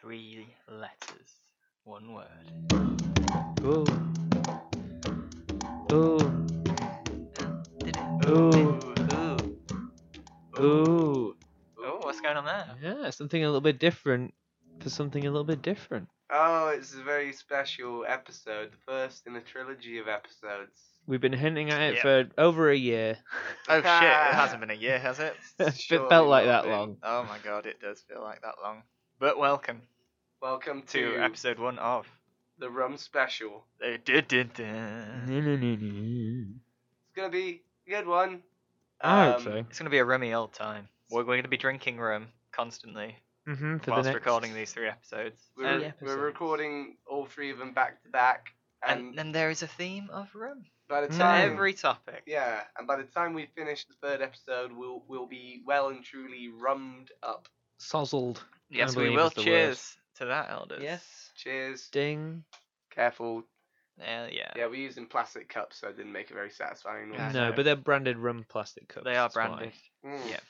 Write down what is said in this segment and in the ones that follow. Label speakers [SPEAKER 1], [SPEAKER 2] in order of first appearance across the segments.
[SPEAKER 1] Three letters. One word.
[SPEAKER 2] Ooh. Ooh. Ooh. Ooh.
[SPEAKER 1] Oh, what's going on there?
[SPEAKER 2] Yeah, something a little bit different for something a little bit different.
[SPEAKER 3] Oh, it's a very special episode, the first in a trilogy of episodes.
[SPEAKER 2] We've been hinting at it
[SPEAKER 4] Yeah.
[SPEAKER 2] for over a year.
[SPEAKER 4] Oh shit! It hasn't been a year, has it?
[SPEAKER 2] it
[SPEAKER 3] Surely
[SPEAKER 2] felt like
[SPEAKER 3] not
[SPEAKER 2] that
[SPEAKER 3] been.
[SPEAKER 2] long.
[SPEAKER 4] Oh my god, it does feel like that long. But welcome
[SPEAKER 3] Welcome
[SPEAKER 4] to
[SPEAKER 3] to
[SPEAKER 4] episode one of.
[SPEAKER 3] the Rum Special.
[SPEAKER 4] Uh, dun, dun, dun.
[SPEAKER 3] It's gonna be a good one.
[SPEAKER 2] I hope
[SPEAKER 3] Um,
[SPEAKER 2] so.
[SPEAKER 4] It's gonna be a rummy old time. We're, we're gonna be drinking rum constantly
[SPEAKER 2] Mm-hmm, for
[SPEAKER 4] whilst
[SPEAKER 2] the next...
[SPEAKER 4] recording these three episodes.
[SPEAKER 3] We're,
[SPEAKER 2] Three
[SPEAKER 3] we're
[SPEAKER 2] episodes.
[SPEAKER 3] recording all three of them back to back, and,
[SPEAKER 4] And then there is a theme of rum
[SPEAKER 3] by the
[SPEAKER 2] Mm.
[SPEAKER 4] to
[SPEAKER 3] time
[SPEAKER 4] every topic.
[SPEAKER 3] yeah, and by the time we finish the third episode, we'll we'll be well and truly rummed up.
[SPEAKER 2] Sozzled.
[SPEAKER 4] Yes, we
[SPEAKER 2] believe
[SPEAKER 4] will.
[SPEAKER 2] it's the
[SPEAKER 4] Cheers to that, elders.
[SPEAKER 3] Cheers.
[SPEAKER 2] Ding.
[SPEAKER 3] Careful.
[SPEAKER 4] Hell Uh, yeah.
[SPEAKER 3] Yeah, we're using plastic cups, so it didn't make a very satisfying
[SPEAKER 4] Yeah, I
[SPEAKER 3] noise.
[SPEAKER 2] no,
[SPEAKER 4] know.
[SPEAKER 2] but they're branded rum plastic cups.
[SPEAKER 4] They are
[SPEAKER 2] that's why.
[SPEAKER 4] branded.
[SPEAKER 3] Mm.
[SPEAKER 4] Yeah.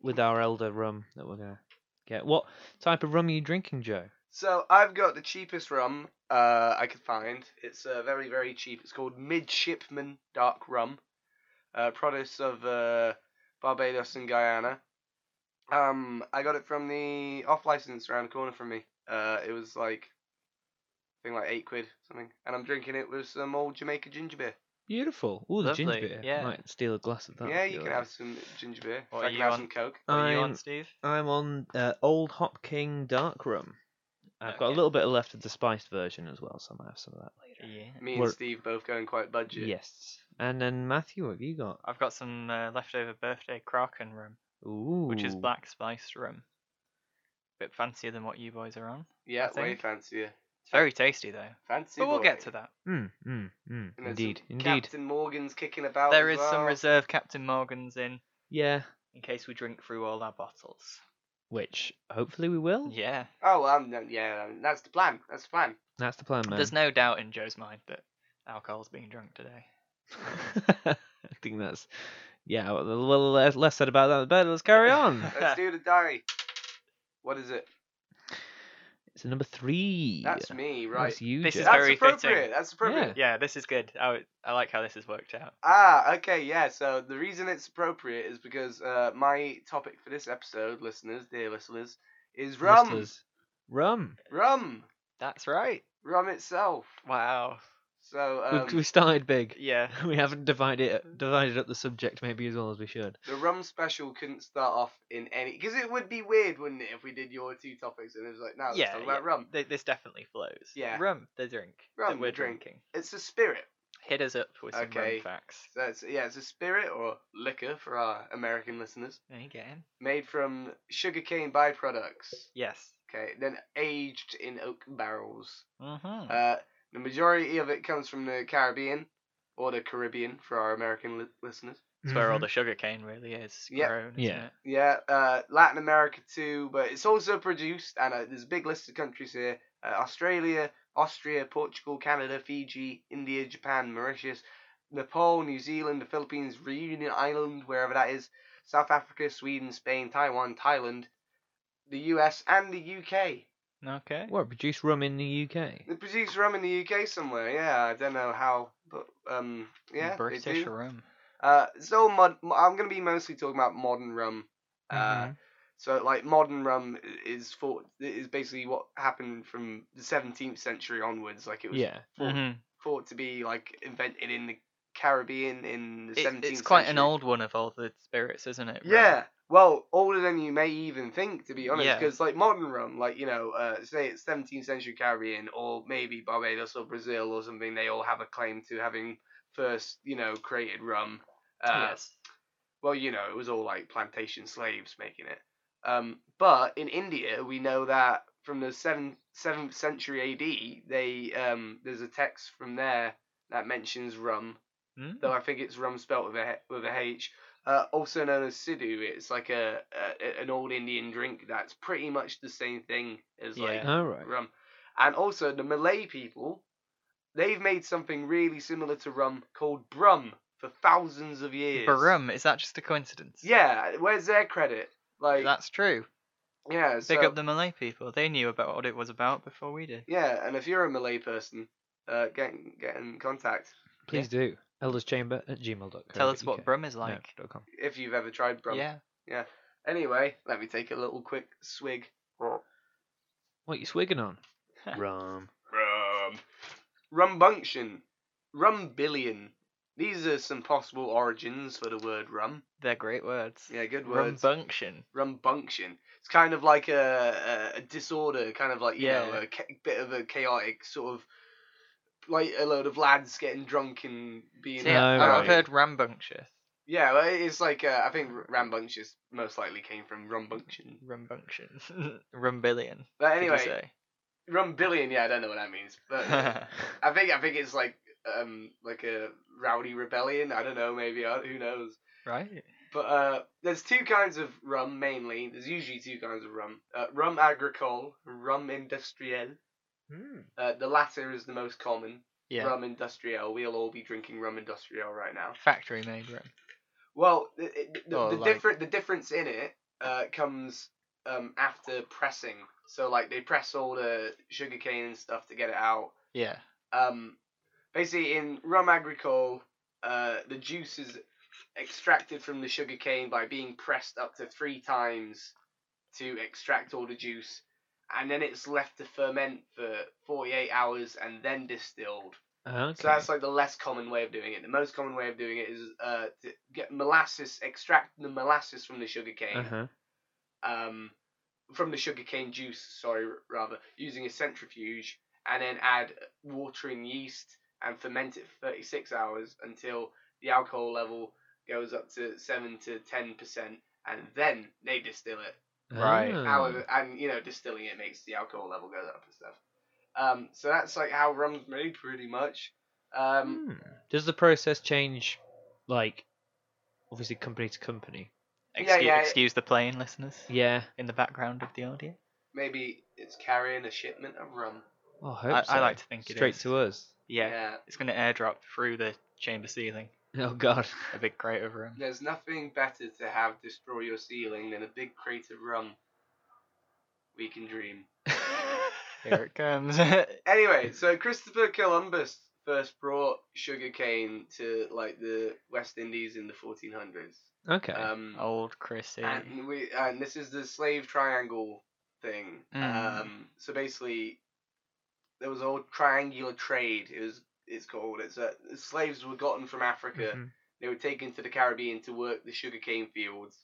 [SPEAKER 2] With our elder rum that we're gonna get. What type of rum are you drinking, Joe?
[SPEAKER 3] So I've got the cheapest rum uh, I could find. It's uh, very, very cheap. It's called Midshipman Dark Rum, uh, products of uh, Barbados and Guyana. Um, I got it from the off license around the corner from me. Uh, it was like, I think like eight quid something, and I'm drinking it with some old Jamaica ginger beer.
[SPEAKER 2] Beautiful. Ooh, the ginger
[SPEAKER 4] Lovely,
[SPEAKER 2] beer.
[SPEAKER 4] yeah.
[SPEAKER 2] Might steal a glass of that.
[SPEAKER 3] yeah,
[SPEAKER 2] if
[SPEAKER 3] you can
[SPEAKER 2] like.
[SPEAKER 3] have some ginger beer.
[SPEAKER 4] What are
[SPEAKER 3] If I can
[SPEAKER 4] you
[SPEAKER 3] have
[SPEAKER 4] on?
[SPEAKER 3] some Coke.
[SPEAKER 4] What are you
[SPEAKER 2] I'm-
[SPEAKER 4] on, Steve?
[SPEAKER 2] I'm on uh, Old Hop King Dark Rum. I've got a
[SPEAKER 4] Okay.
[SPEAKER 2] little bit left of the spiced version as well, so I might have some of that later.
[SPEAKER 4] Yeah.
[SPEAKER 3] Me and
[SPEAKER 2] We're-
[SPEAKER 3] Steve both going quite budget.
[SPEAKER 2] Yes. And then Matthew, what have you got?
[SPEAKER 4] I've got some uh, leftover birthday Kraken rum,
[SPEAKER 2] Ooh.
[SPEAKER 4] which is black spiced rum. Bit fancier than what you boys are on.
[SPEAKER 3] Yeah,
[SPEAKER 4] I
[SPEAKER 3] way
[SPEAKER 4] think.
[SPEAKER 3] fancier.
[SPEAKER 4] It's very tasty though.
[SPEAKER 3] Fancy.
[SPEAKER 4] But we'll get
[SPEAKER 3] boy.
[SPEAKER 4] to that.
[SPEAKER 2] Mm, mm, mm.
[SPEAKER 3] And there's some
[SPEAKER 2] Indeed, indeed.
[SPEAKER 3] Captain Morgan's kicking about.
[SPEAKER 4] there
[SPEAKER 3] as
[SPEAKER 4] is some
[SPEAKER 3] well.
[SPEAKER 4] reserve Captain Morgan's in,
[SPEAKER 2] Yeah.
[SPEAKER 4] in case we drink through all our bottles.
[SPEAKER 2] Which hopefully we will.
[SPEAKER 4] Yeah.
[SPEAKER 3] Oh, um, no- yeah, um, that's the plan. That's the plan.
[SPEAKER 2] That's the plan, man.
[SPEAKER 4] There's no doubt in Joe's mind that alcohol's being drunk today.
[SPEAKER 2] I think that's yeah. Well, the little less, less said about that, the better. Let's carry on.
[SPEAKER 3] Let's do the diary. What is it?
[SPEAKER 2] it's number three.
[SPEAKER 3] That's me, right?
[SPEAKER 2] That's you,
[SPEAKER 4] This is
[SPEAKER 2] Joe.
[SPEAKER 3] That's
[SPEAKER 4] very
[SPEAKER 3] appropriate.
[SPEAKER 4] fitting.
[SPEAKER 3] That's appropriate.
[SPEAKER 2] Yeah.
[SPEAKER 4] Yeah, this is good. I, I like how this has worked out.
[SPEAKER 3] Ah, okay, yeah. So the reason it's appropriate is because uh, my topic for this episode, listeners, dear listeners, is rum.
[SPEAKER 2] Listeners. Rum.
[SPEAKER 3] Rum.
[SPEAKER 4] That's right.
[SPEAKER 3] Rum itself.
[SPEAKER 4] Wow.
[SPEAKER 3] So
[SPEAKER 2] We-
[SPEAKER 3] um,
[SPEAKER 2] we started big.
[SPEAKER 4] Yeah.
[SPEAKER 2] We haven't divided divided up the subject maybe as well as we should.
[SPEAKER 3] the rum special couldn't start off in any because it would be weird, wouldn't it, if we did your two topics and it was like, no, let's
[SPEAKER 4] Yeah,
[SPEAKER 3] talk about
[SPEAKER 4] yeah.
[SPEAKER 3] rum.
[SPEAKER 4] Th- this definitely flows.
[SPEAKER 3] Yeah.
[SPEAKER 4] Rum, the drink.
[SPEAKER 3] Rum,
[SPEAKER 4] that we're
[SPEAKER 3] the drink.
[SPEAKER 4] drinking.
[SPEAKER 3] It's a spirit.
[SPEAKER 4] Hit us up with some
[SPEAKER 3] Okay.
[SPEAKER 4] rum facts.
[SPEAKER 3] So it's, yeah, it's a spirit or liquor for our American listeners.
[SPEAKER 4] There you go.
[SPEAKER 3] made from sugarcane byproducts.
[SPEAKER 4] Yes.
[SPEAKER 3] Okay, then aged in oak barrels.
[SPEAKER 4] Mm-hmm.
[SPEAKER 3] Uh, the majority of it comes from the Caribbean or the Caribbean for our American li- listeners.
[SPEAKER 4] It's where all the sugar cane really is
[SPEAKER 3] Yeah.
[SPEAKER 4] grown. isn't
[SPEAKER 2] Mm-hmm. Yeah.
[SPEAKER 4] it?
[SPEAKER 3] Yeah, uh, Latin America too, but it's also produced, and uh, there's a big list of countries here: uh, Australia, Austria, Portugal, Canada, Fiji, India, Japan, Mauritius, Nepal, New Zealand, the Philippines, Reunion Island, wherever that is, South Africa, Sweden, Spain, Taiwan, Thailand, the U.S. and the U.K.
[SPEAKER 4] Okay.
[SPEAKER 2] What produce rum in the UK?
[SPEAKER 3] They produce rum in the UK somewhere. Yeah, I don't know how, but um, yeah, they
[SPEAKER 4] British
[SPEAKER 3] do.
[SPEAKER 4] rum.
[SPEAKER 3] Uh, it's all mod. mo- I'm gonna be mostly talking about modern rum. Uh,
[SPEAKER 2] Mhm.
[SPEAKER 3] so like modern rum i- is for is basically what happened from the 17th century onwards. Like it was
[SPEAKER 2] yeah.
[SPEAKER 3] thought,
[SPEAKER 4] Mhm.
[SPEAKER 3] thought to be like invented in the Caribbean in the
[SPEAKER 4] It-
[SPEAKER 3] 17th.
[SPEAKER 4] it's quite an
[SPEAKER 3] century.
[SPEAKER 4] old one of all the spirits, isn't it? rum?
[SPEAKER 3] Yeah. Well, older than you may even think, to be honest,
[SPEAKER 4] Yeah.
[SPEAKER 3] because like modern rum, like you know, uh, say it's 17th century Caribbean or maybe Barbados or Brazil or something, they all have a claim to having first, you know, created rum. Uh,
[SPEAKER 4] yes.
[SPEAKER 3] Well, you know, it was all like plantation slaves making it. Um, but in India, we know that from the seventh seventh century AD, they um, there's a text from there that mentions rum
[SPEAKER 4] Mm.
[SPEAKER 3] though I think it's rum spelt with a he- with a H. Uh, also known as sidhu, it's like a, a an old Indian drink that's pretty much the same thing as
[SPEAKER 4] Yeah.
[SPEAKER 2] All right.
[SPEAKER 3] like rum. And also the Malay people, they've made something really similar to rum called brum for thousands of years.
[SPEAKER 4] But rum, is that just a coincidence?
[SPEAKER 3] Yeah, where's their credit? Like
[SPEAKER 4] That's true.
[SPEAKER 3] Yeah,
[SPEAKER 4] Big
[SPEAKER 3] so-
[SPEAKER 4] up the Malay people. They knew about what it was about before we did.
[SPEAKER 3] yeah, and if you're a Malay person, uh, get in- get in contact.
[SPEAKER 2] Please do. Elderschamber at gmail.com.
[SPEAKER 4] Tell us what Brum is like.
[SPEAKER 3] if you've ever tried brum.
[SPEAKER 4] Yeah.
[SPEAKER 3] Anyway, let me take a little quick swig.
[SPEAKER 2] What you swigging on?
[SPEAKER 3] Rum. Rum. Rumbunction. Rumbillion. These are some possible origins for the word rum.
[SPEAKER 4] They're great words.
[SPEAKER 3] Yeah, good words.
[SPEAKER 4] Rumbunction.
[SPEAKER 3] Rumbunction. It's kind of like a, a, a disorder, kind of like, you know,
[SPEAKER 4] Yeah.
[SPEAKER 3] a cha- bit of a chaotic sort of. Like a load of lads getting drunk and being.
[SPEAKER 4] See, I-
[SPEAKER 2] No,
[SPEAKER 4] I've
[SPEAKER 2] right.
[SPEAKER 4] heard rambunctious.
[SPEAKER 3] Yeah, well, it's like uh, I think rambunctious most likely came from rumbunction.
[SPEAKER 4] Rumbunction. Rumbillion.
[SPEAKER 3] But
[SPEAKER 4] did you
[SPEAKER 3] anyway,
[SPEAKER 4] say?
[SPEAKER 3] rumbillion. Yeah, I don't know what that means, but uh, I think I think it's like um like a rowdy rebellion. I don't know, maybe I, who knows.
[SPEAKER 4] right?
[SPEAKER 3] But uh, there's two kinds of rum mainly. There's usually two kinds of rum: uh, rum agricole, rum industriel.
[SPEAKER 2] Hmm.
[SPEAKER 3] Uh, the latter is the most common.
[SPEAKER 4] Yeah.
[SPEAKER 3] Rum industriel. We'll all be drinking rum industriel right now.
[SPEAKER 4] Factory made rum.
[SPEAKER 3] Well, the, it- the,
[SPEAKER 4] Or,
[SPEAKER 3] the
[SPEAKER 4] Oh, like-
[SPEAKER 3] different the difference in it uh, comes um, after pressing. So like they press all the sugarcane and stuff to get it out.
[SPEAKER 4] Yeah.
[SPEAKER 3] Um, basically, in rum agricole, uh, the juice is extracted from the sugarcane by being pressed up to three times to extract all the juice, and then it's left to ferment for 48 hours and then distilled.
[SPEAKER 2] Okay.
[SPEAKER 3] So that's like the less common way of doing it. The most common way of doing it is uh, to get molasses, extract the molasses from the sugarcane,
[SPEAKER 2] uh-huh.
[SPEAKER 3] um, from the sugarcane juice, sorry, rather, using a centrifuge, and then add water and yeast and ferment it for 36 hours until the alcohol level goes up to 7 to 10%, and then they distill it.
[SPEAKER 4] Right.
[SPEAKER 2] Ah.
[SPEAKER 3] However, and you know, distilling it makes the alcohol level go up and stuff. Um, so that's like how rum's made, pretty much. Um,
[SPEAKER 2] Hmm. Does the process change, like, obviously company to company?
[SPEAKER 4] Excuse,
[SPEAKER 3] Yeah, yeah.
[SPEAKER 4] excuse the playing, listeners,
[SPEAKER 2] Yeah.
[SPEAKER 4] in the background of the audio.
[SPEAKER 3] Maybe it's carrying a shipment of rum.
[SPEAKER 2] Oh, I, hope
[SPEAKER 4] I,
[SPEAKER 2] so.
[SPEAKER 4] I like to think it is.
[SPEAKER 2] Straight to us.
[SPEAKER 4] Yeah. It's going to airdrop through the chamber ceiling.
[SPEAKER 2] Oh, God.
[SPEAKER 4] A big crate of rum.
[SPEAKER 3] There's nothing better to have destroy your ceiling than a big crate of rum. We can dream.
[SPEAKER 4] Here it comes.
[SPEAKER 3] Anyway, so Christopher Columbus first brought sugarcane to like the West Indies in the 1400s.
[SPEAKER 4] Uh,
[SPEAKER 2] Okay.
[SPEAKER 3] Um,
[SPEAKER 4] Old Chrissy.
[SPEAKER 3] and we and this is the slave triangle thing.
[SPEAKER 4] Mm.
[SPEAKER 3] Um, so basically, there was a whole triangular trade. It was it's called. It's uh, slaves were gotten from Africa.
[SPEAKER 2] Mhm.
[SPEAKER 3] They were taken to the Caribbean to work the sugarcane fields.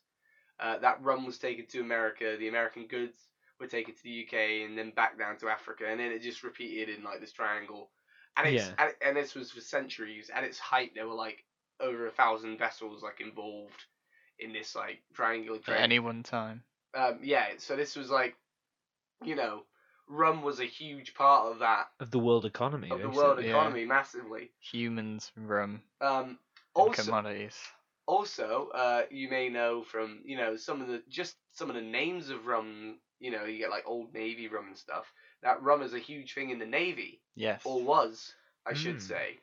[SPEAKER 3] Uh, that rum was taken to America. The American goods were taken to the UK and then back down to Africa. And then it just repeated in like this triangle. And it's
[SPEAKER 2] Yeah.
[SPEAKER 3] and, it- and this was for centuries. At its height, there were like over a thousand vessels like involved in this like triangular
[SPEAKER 4] At
[SPEAKER 3] trade.
[SPEAKER 4] any one time.
[SPEAKER 3] um, yeah. So this was like, you know, rum was a huge part of that
[SPEAKER 2] of the world economy.
[SPEAKER 3] of the
[SPEAKER 2] basically.
[SPEAKER 3] world e-,
[SPEAKER 4] yeah.
[SPEAKER 3] economy massively.
[SPEAKER 4] Humans, rum,
[SPEAKER 3] Um,
[SPEAKER 4] and
[SPEAKER 3] also,
[SPEAKER 4] commodities.
[SPEAKER 3] also, uh, you may know from you know some of the just some of the names of rum. You know, you get like Old Navy rum and stuff. That rum is a huge thing in the Navy,
[SPEAKER 4] Yes. Hmm.
[SPEAKER 3] or was, I should
[SPEAKER 2] Mm.
[SPEAKER 3] say.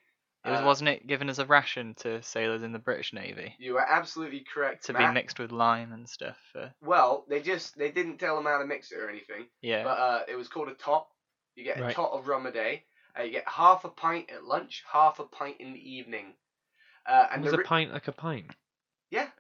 [SPEAKER 4] It was,
[SPEAKER 3] Uh,
[SPEAKER 4] wasn't it given as a ration to sailors in the British Navy
[SPEAKER 3] You are absolutely correct.
[SPEAKER 4] to
[SPEAKER 3] Matt.
[SPEAKER 4] be mixed with lime and stuff? For,
[SPEAKER 3] Well, they just they didn't tell them how to mix it or anything,
[SPEAKER 4] yeah.
[SPEAKER 3] but uh, it was called a tot. You get a
[SPEAKER 2] Right.
[SPEAKER 3] tot of rum a day. Uh, you get half a pint at lunch, half a pint in the evening. Uh, and
[SPEAKER 2] was
[SPEAKER 3] the
[SPEAKER 2] a
[SPEAKER 3] ri-
[SPEAKER 2] pint like a pint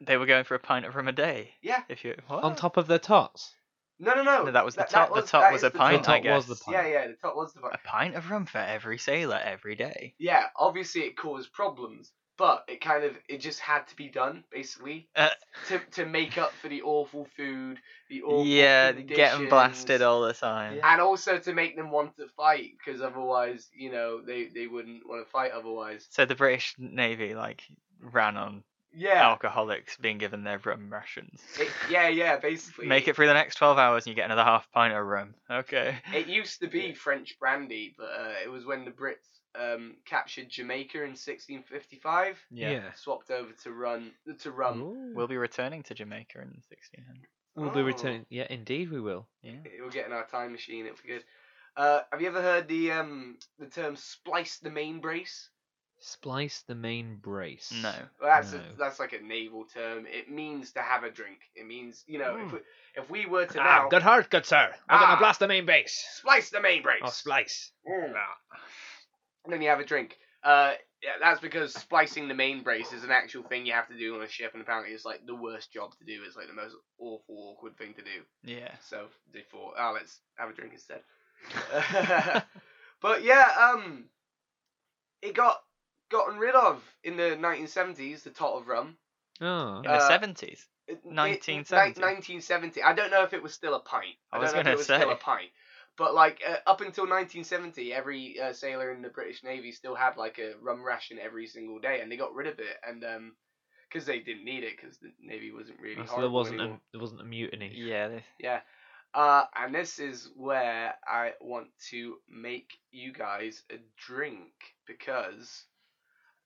[SPEAKER 4] they were going for a pint of rum a day.
[SPEAKER 3] Yeah.
[SPEAKER 4] If you what?
[SPEAKER 2] on top of their tots.
[SPEAKER 3] no, no, no.
[SPEAKER 4] No, that was the
[SPEAKER 3] That- that
[SPEAKER 4] top.
[SPEAKER 3] was-
[SPEAKER 4] the top
[SPEAKER 3] that
[SPEAKER 4] was
[SPEAKER 3] is
[SPEAKER 4] a
[SPEAKER 3] the
[SPEAKER 4] pint.
[SPEAKER 2] top.
[SPEAKER 4] I
[SPEAKER 2] The top was
[SPEAKER 4] guess.
[SPEAKER 2] the pint.
[SPEAKER 3] Yeah, yeah. The tot was the pint.
[SPEAKER 4] A pint of rum for every sailor every day.
[SPEAKER 3] yeah, obviously it caused problems, but it kind of it just had to be done basically
[SPEAKER 4] Uh,
[SPEAKER 3] to to make up for the awful food, the awful
[SPEAKER 4] yeah, getting
[SPEAKER 3] conditions,
[SPEAKER 4] blasted all the time.
[SPEAKER 2] Yeah.
[SPEAKER 3] and also to make them want to fight because otherwise, you know, they they wouldn't want to fight otherwise.
[SPEAKER 4] So the British Navy like ran on
[SPEAKER 3] Yeah,
[SPEAKER 4] alcoholics being given their rum rations.
[SPEAKER 3] it, yeah, yeah. Basically,
[SPEAKER 4] Oh. Make it through the next twelve hours and you get another half pint of rum. Okay.
[SPEAKER 3] It used to be French brandy, but uh, it was when the Brits um, captured Jamaica in 1655,
[SPEAKER 4] Yeah.
[SPEAKER 3] swapped over to run to rum.
[SPEAKER 2] Ooh.
[SPEAKER 4] We'll be returning to Jamaica in sixteen hundred.
[SPEAKER 2] We'll be
[SPEAKER 3] Oh.
[SPEAKER 2] returning. Yeah, indeed we will.
[SPEAKER 4] Yeah.
[SPEAKER 3] We'll get in our time machine. It'll be good. Uh, have you ever heard the um the term splice the main brace?
[SPEAKER 2] Splice the main brace.
[SPEAKER 4] No.
[SPEAKER 3] Well, that's a,
[SPEAKER 2] No.
[SPEAKER 3] that's like a naval term. It means to have a drink. It means you know if,
[SPEAKER 2] Hmm.
[SPEAKER 3] we, if we were to
[SPEAKER 2] Ah,
[SPEAKER 3] now
[SPEAKER 2] good heart, good sir. I'm
[SPEAKER 3] Ah.
[SPEAKER 2] gonna blast the main base.
[SPEAKER 3] splice the main brace,
[SPEAKER 2] Or splice.
[SPEAKER 3] Mm. and then you have a drink. Uh, yeah, that's because splicing the main brace is an actual thing you have to do on a ship, and apparently it's like the worst job to do. It's like the most awful, awkward thing to do.
[SPEAKER 4] Yeah.
[SPEAKER 3] So they thought, oh, let's have a drink instead. but yeah, um, it got gotten rid of in the 1970s. The tot of rum.
[SPEAKER 2] Oh.
[SPEAKER 4] In
[SPEAKER 3] Uh,
[SPEAKER 4] the seventies.
[SPEAKER 3] It- it-
[SPEAKER 4] 1970.
[SPEAKER 3] ni- 1970. I don't know if it was still a pint. I,
[SPEAKER 4] I was
[SPEAKER 3] don't know if
[SPEAKER 4] gonna
[SPEAKER 3] it was still
[SPEAKER 4] say.
[SPEAKER 3] a pint. But like uh, up until 1970, every uh, sailor in the British Navy still had like a rum ration every single day, and they got rid of it, and um, because they didn't need it, because the Navy wasn't really.
[SPEAKER 2] So there
[SPEAKER 3] horrible
[SPEAKER 2] wasn't
[SPEAKER 3] anymore.
[SPEAKER 2] a, there wasn't a mutiny.
[SPEAKER 4] Yeah. They,
[SPEAKER 3] Yeah. Uh, and this is where I want to make you guys a drink because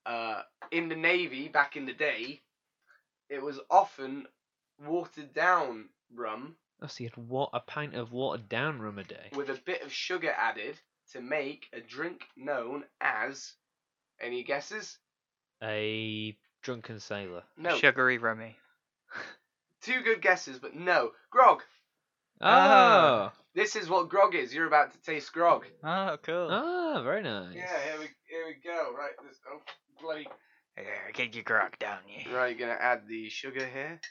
[SPEAKER 3] uh, in the Navy back in the day, it was often watered down rum
[SPEAKER 2] Oh, so you had what a pint of watered down rum a day.
[SPEAKER 3] with a bit of sugar added to make a drink known as. Any guesses?
[SPEAKER 2] A drunken sailor.
[SPEAKER 3] No.
[SPEAKER 4] Sugary rummy.
[SPEAKER 3] Two good guesses, but no. Grog.
[SPEAKER 2] Oh.
[SPEAKER 4] Ah.
[SPEAKER 3] This is what grog is. You're about to taste grog.
[SPEAKER 4] Oh, cool.
[SPEAKER 2] Ah, very nice.
[SPEAKER 3] here we go. Right, this oh, bloody
[SPEAKER 4] Yeah, get your grog down, you.
[SPEAKER 3] Right, you're gonna add the sugar here.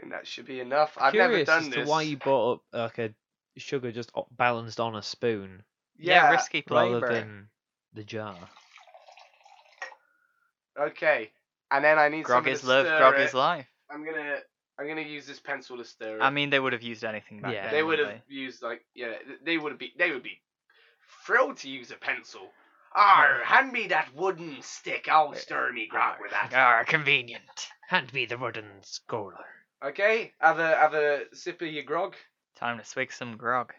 [SPEAKER 3] And that should be enough. I've never
[SPEAKER 2] Curious
[SPEAKER 3] done
[SPEAKER 2] as
[SPEAKER 3] this.
[SPEAKER 2] to why you brought up like a sugar just o- balanced on a spoon
[SPEAKER 4] Yeah,
[SPEAKER 3] yeah.
[SPEAKER 4] risky play,
[SPEAKER 2] rather
[SPEAKER 4] bro.
[SPEAKER 2] than the jar.
[SPEAKER 3] Okay. And then I need
[SPEAKER 4] grog
[SPEAKER 3] someone
[SPEAKER 4] is
[SPEAKER 3] to
[SPEAKER 4] love.
[SPEAKER 3] stir
[SPEAKER 4] Grog
[SPEAKER 3] it.
[SPEAKER 4] is life.
[SPEAKER 3] I'm gonna I'm gonna use this pencil to stir it.
[SPEAKER 4] I mean, they would have used anything back
[SPEAKER 2] Yeah.
[SPEAKER 4] then.
[SPEAKER 3] they would have
[SPEAKER 4] wouldn't
[SPEAKER 3] used like yeah. th- They would be they would be thrilled to use a pencil. Ah, hand me that wooden stick. I'll stir me grog with
[SPEAKER 4] they?
[SPEAKER 3] that.
[SPEAKER 4] Ah, convenient.
[SPEAKER 2] Hand me the wooden scorer.
[SPEAKER 3] Okay. Have a have a sip of your grog.
[SPEAKER 4] Time to swig some grog.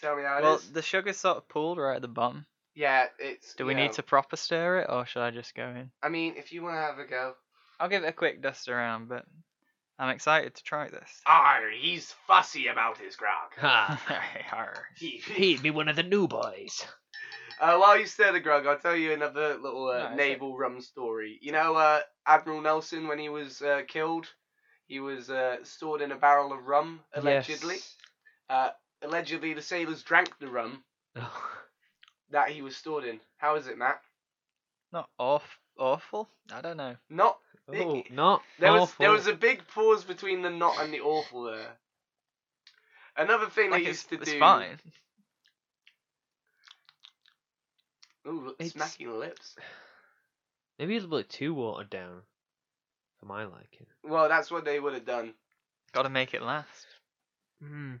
[SPEAKER 3] Tell me how it
[SPEAKER 4] well,
[SPEAKER 3] is.
[SPEAKER 4] the sugar's sort of pooled right at the bottom.
[SPEAKER 3] Yeah, it's.
[SPEAKER 4] Do we
[SPEAKER 3] you know,
[SPEAKER 4] need to proper stir it, or should I just go in?
[SPEAKER 3] I mean, if you want to have a go.
[SPEAKER 4] I'll give it a quick dust around, but I'm excited to try this.
[SPEAKER 3] Arr, he's fussy about his grog.
[SPEAKER 2] Ha!
[SPEAKER 4] Arr.
[SPEAKER 3] He-
[SPEAKER 2] He'd be one of the new boys.
[SPEAKER 3] uh, while you stir the grog, I'll tell you another little
[SPEAKER 4] No,
[SPEAKER 3] uh,
[SPEAKER 4] it's
[SPEAKER 3] naval rum story. You know, uh, Admiral Nelson, when he was uh, killed, he was uh, stored in a barrel of rum, allegedly.
[SPEAKER 2] Yes.
[SPEAKER 3] Allegedly, the sailors drank the rum that he was stored in. How is it, Matt?
[SPEAKER 4] Not awf- awful? I don't know.
[SPEAKER 3] Not.
[SPEAKER 2] Oh, not
[SPEAKER 3] There was,
[SPEAKER 2] awful.
[SPEAKER 3] there was a big pause between the not and the awful there. Another thing
[SPEAKER 4] Like,
[SPEAKER 3] they
[SPEAKER 4] it's,
[SPEAKER 3] used to
[SPEAKER 4] it's
[SPEAKER 3] do.
[SPEAKER 4] fine.
[SPEAKER 3] Ooh, look,
[SPEAKER 2] It's-
[SPEAKER 3] smacking the lips.
[SPEAKER 2] Maybe it's a bit too watered down, for my liking.
[SPEAKER 3] Well, that's what they would have done.
[SPEAKER 4] Gotta make it last.
[SPEAKER 3] Hmm,
[SPEAKER 2] Mm.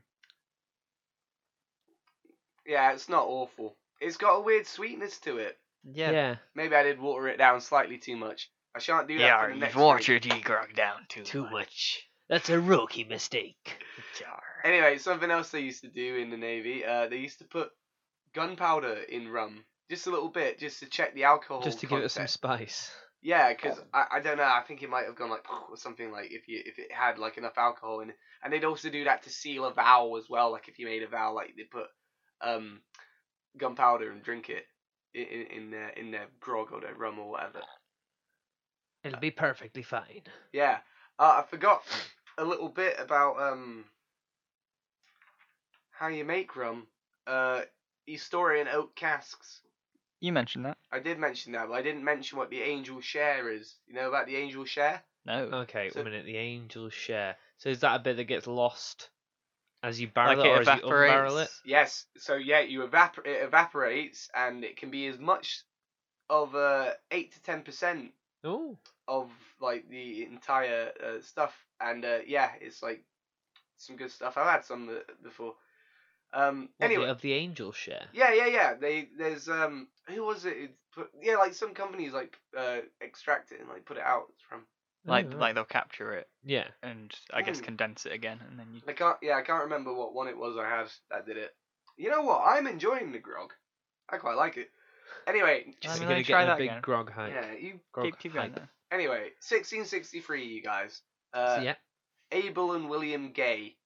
[SPEAKER 3] Yeah, it's not awful. It's got a weird sweetness to it.
[SPEAKER 2] Yeah.
[SPEAKER 4] Yeah.
[SPEAKER 3] Maybe I did water it down slightly too much. I shan't do that for the next week.
[SPEAKER 4] your grog down
[SPEAKER 2] too much. That's a rookie mistake.
[SPEAKER 4] Jar.
[SPEAKER 3] Anyway, something else they used to do in the navy. Uh, they used to put gunpowder in rum, just a little bit, just to check the alcohol.
[SPEAKER 2] Just to give it some
[SPEAKER 3] content.
[SPEAKER 2] spice.
[SPEAKER 3] Yeah, because I, I don't know. I think it might have gone like or something like if you if it had like enough alcohol in it. And they'd also do that to seal a vow as well. Like if you made a vow, like they put um gunpowder and drink it in in, in their in their grog or their rum or whatever.
[SPEAKER 2] It'll be perfectly fine.
[SPEAKER 3] Yeah. Uh, I forgot a little bit about um how you make rum. Uh, you store it in oak casks.
[SPEAKER 4] You mentioned that.
[SPEAKER 3] I did mention that, but I didn't mention what the angel share is. You know about the angel share?
[SPEAKER 4] No.
[SPEAKER 2] Okay,
[SPEAKER 3] So-
[SPEAKER 2] one minute. The angels share. So is that a bit that gets lost as you barrel
[SPEAKER 4] like
[SPEAKER 2] it,
[SPEAKER 4] it
[SPEAKER 2] or as you unbarrel it?
[SPEAKER 4] evaporates.
[SPEAKER 3] Yes. So yeah, you evapor it evaporates, and it can be as much of uh eight to ten percent
[SPEAKER 2] Oh,
[SPEAKER 3] of like the entire uh, stuff, and uh, yeah, it's like some good stuff. I've had some uh, before. Um. Anyway,
[SPEAKER 2] of the angel share.
[SPEAKER 3] Yeah, yeah, yeah. They there's um who was it? It Put, yeah, like some companies like uh extract it and like put it out from.
[SPEAKER 4] Like,
[SPEAKER 2] Oh,
[SPEAKER 4] like they'll capture it
[SPEAKER 2] yeah.
[SPEAKER 4] and I guess
[SPEAKER 3] Mm.
[SPEAKER 4] condense it again, and then you.
[SPEAKER 3] I can't. Yeah, I can't remember what one it was I had that did it. You know what? I'm enjoying the grog. I quite like it. Anyway,
[SPEAKER 4] Let
[SPEAKER 2] Just
[SPEAKER 4] me-
[SPEAKER 2] gonna
[SPEAKER 4] let me
[SPEAKER 2] get
[SPEAKER 4] try
[SPEAKER 2] in a
[SPEAKER 4] that
[SPEAKER 2] big
[SPEAKER 4] again.
[SPEAKER 2] grog hike.
[SPEAKER 3] yeah. You
[SPEAKER 2] Grog
[SPEAKER 4] keep, keep going.
[SPEAKER 2] hike.
[SPEAKER 4] There.
[SPEAKER 3] anyway. 1663, you guys.
[SPEAKER 2] So
[SPEAKER 3] Uh,
[SPEAKER 2] yeah.
[SPEAKER 3] Abel and William Gay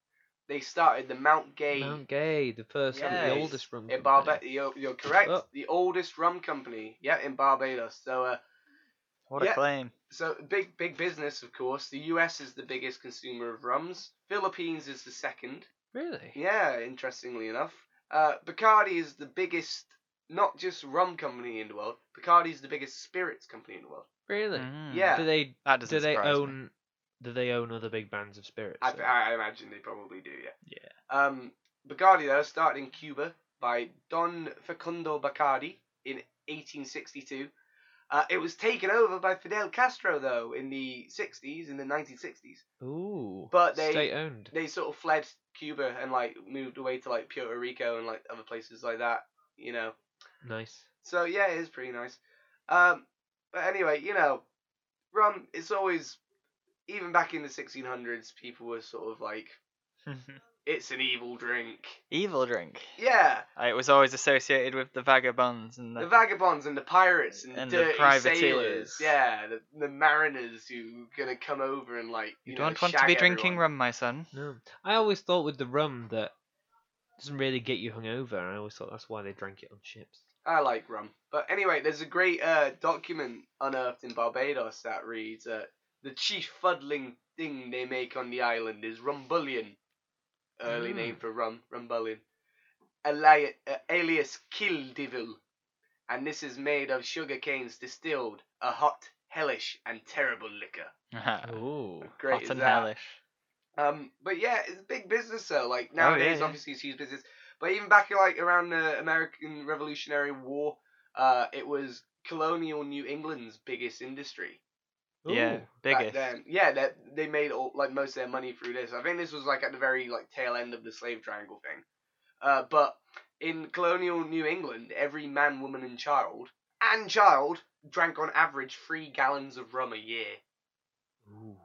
[SPEAKER 3] they started the Mount Gay.
[SPEAKER 2] Mount Gay, the first, the
[SPEAKER 3] Yes.
[SPEAKER 2] oldest rum. company.
[SPEAKER 3] in Barbados, you're, you're correct.
[SPEAKER 2] Oh.
[SPEAKER 3] The oldest rum company, yeah, in Barbados. So, uh,
[SPEAKER 4] What
[SPEAKER 3] Yeah.
[SPEAKER 4] a claim.
[SPEAKER 3] so big, big business, of course. The U.S. is the biggest consumer of rums. Philippines is the second.
[SPEAKER 2] Really?
[SPEAKER 3] Yeah, interestingly enough, uh, Bacardi is the biggest, not just rum company in the world. Bacardi is the biggest spirits company in the world.
[SPEAKER 2] Really?
[SPEAKER 4] Mm.
[SPEAKER 3] Yeah.
[SPEAKER 2] Do they
[SPEAKER 4] That doesn't
[SPEAKER 2] do they
[SPEAKER 4] surprise me.
[SPEAKER 2] own do they own other big bands of spirits?
[SPEAKER 3] I,
[SPEAKER 2] or-
[SPEAKER 3] I imagine they probably do, yeah. Yeah. Um, Bacardi, though, started in Cuba by Don Facundo Bacardi in 1862. Uh, it was taken over by Fidel Castro, though, in the 60s, in the 1960s.
[SPEAKER 2] Ooh.
[SPEAKER 3] But they-
[SPEAKER 2] state owned.
[SPEAKER 3] They sort of fled Cuba and, like, moved away to, like, Puerto Rico and, like, other places like that, you know.
[SPEAKER 2] Nice.
[SPEAKER 3] So, yeah, it is pretty nice. Um, but anyway, you know, rum, it's always, even back in the 1600s, people were sort of like, it's an evil drink.
[SPEAKER 4] Evil drink.
[SPEAKER 3] Yeah,
[SPEAKER 4] Uh, It was always associated with the vagabonds and the,
[SPEAKER 3] the vagabonds and the pirates and,
[SPEAKER 4] And
[SPEAKER 3] the
[SPEAKER 4] the
[SPEAKER 3] dirty
[SPEAKER 4] privateers.
[SPEAKER 3] sailors. Yeah, the, the mariners who gonna come over and like
[SPEAKER 4] you,
[SPEAKER 3] you, know,
[SPEAKER 4] don't want to
[SPEAKER 3] shag
[SPEAKER 4] be drinking
[SPEAKER 3] everyone.
[SPEAKER 4] rum, my son.
[SPEAKER 2] No. I always thought with the rum that doesn't really get you hungover, and I always thought that's why they drank it on ships.
[SPEAKER 3] I like rum, but anyway, there's a great uh, document unearthed in Barbados that reads uh, the chief fuddling thing they make on the island is rumbullion, early
[SPEAKER 2] Mm.
[SPEAKER 3] name for rum, rumbullion, ali- uh, alias killdivil, and this is made of sugar canes distilled, a hot, hellish, and terrible liquor.
[SPEAKER 2] Ooh.
[SPEAKER 3] Great
[SPEAKER 4] Hot
[SPEAKER 3] is
[SPEAKER 4] and
[SPEAKER 3] that.
[SPEAKER 4] hellish.
[SPEAKER 3] Um, but yeah, it's big business though. Like
[SPEAKER 4] Oh, yeah,
[SPEAKER 3] nowadays,
[SPEAKER 4] yeah.
[SPEAKER 3] obviously, it's huge business. But even back like around the American Revolutionary War, uh, it was colonial New England's biggest industry.
[SPEAKER 4] Yeah,
[SPEAKER 2] Ooh.
[SPEAKER 3] back
[SPEAKER 4] biggest.
[SPEAKER 3] then. Yeah, that they made all like most of their money through this. I think this was like at the very like tail end of the slave triangle thing. Uh, but in colonial New England, every man, woman, and child and child drank on average three gallons of rum a year.
[SPEAKER 2] Ooh.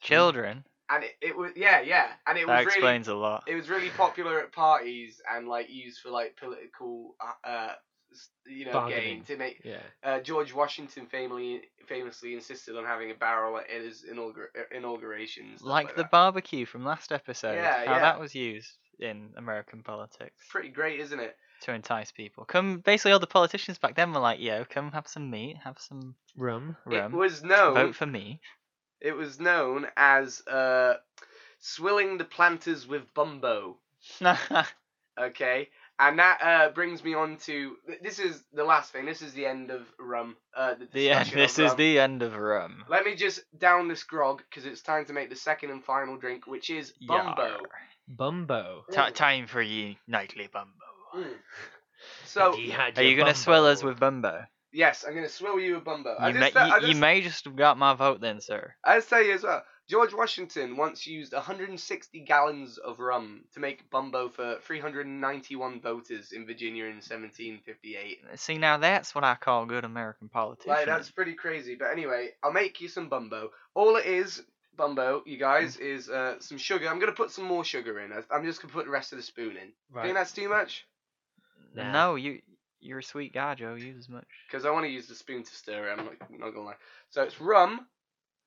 [SPEAKER 4] Children.
[SPEAKER 3] And it, it was yeah yeah, and it
[SPEAKER 4] That
[SPEAKER 3] was really
[SPEAKER 4] explains a lot.
[SPEAKER 3] it was really popular at parties and like used for like political uh, uh s- you know
[SPEAKER 2] Bargaining.
[SPEAKER 3] gain to make
[SPEAKER 2] Yeah.
[SPEAKER 3] uh, George Washington famously famously insisted on having a barrel at his inaugur- uh, inauguration and stuff like,
[SPEAKER 4] Like the
[SPEAKER 3] that.
[SPEAKER 4] barbecue from last episode.
[SPEAKER 3] Yeah,
[SPEAKER 4] how
[SPEAKER 3] yeah.
[SPEAKER 4] that was used in American politics
[SPEAKER 3] It's pretty great isn't it
[SPEAKER 4] to entice people. Come basically all the politicians back then were like, yo, come have some meat, have some
[SPEAKER 2] Rum.
[SPEAKER 4] rum.
[SPEAKER 3] it was known
[SPEAKER 4] Vote for me.
[SPEAKER 3] it was known as uh swilling the planters with bumbo okay and that uh, brings me on to th- this is the last thing this is the end of rum uh the
[SPEAKER 4] the end.
[SPEAKER 3] discussion of
[SPEAKER 4] This is
[SPEAKER 3] rum.
[SPEAKER 4] the end of rum.
[SPEAKER 3] Let me just down this grog because it's time to make the second and final drink, which is bumbo.
[SPEAKER 4] Yarr.
[SPEAKER 2] Bumbo.
[SPEAKER 4] Ta time for ye nightly bumbo.
[SPEAKER 3] Mm. So
[SPEAKER 2] He had
[SPEAKER 4] Are
[SPEAKER 2] your
[SPEAKER 4] you gonna swell us
[SPEAKER 2] bumbo.
[SPEAKER 4] with bumbo?
[SPEAKER 3] yes, I'm gonna swill you a bumbo. I
[SPEAKER 4] You
[SPEAKER 3] just,
[SPEAKER 4] may,
[SPEAKER 3] tell- I
[SPEAKER 4] you, you
[SPEAKER 3] just-
[SPEAKER 4] may just have got my vote then, sir.
[SPEAKER 3] I just tell you as well. George Washington once used 160 gallons of rum to make bumbo for 391 voters in Virginia in 1758.
[SPEAKER 4] See, now that's what I call good American politics.
[SPEAKER 3] Like that's pretty crazy. But anyway, I'll make you some bumbo. All it is, bumbo, you
[SPEAKER 4] Mm.
[SPEAKER 3] guys, is uh, some sugar. I'm gonna put some more sugar in. I- I'm just gonna put the rest of the spoon in.
[SPEAKER 2] Right.
[SPEAKER 3] Think that's too much?
[SPEAKER 2] Nah.
[SPEAKER 4] No, you you're a sweet guy, Joe. Use as much
[SPEAKER 3] because I want to use the spoon to stir it. I'm not, not gonna lie. So it's rum.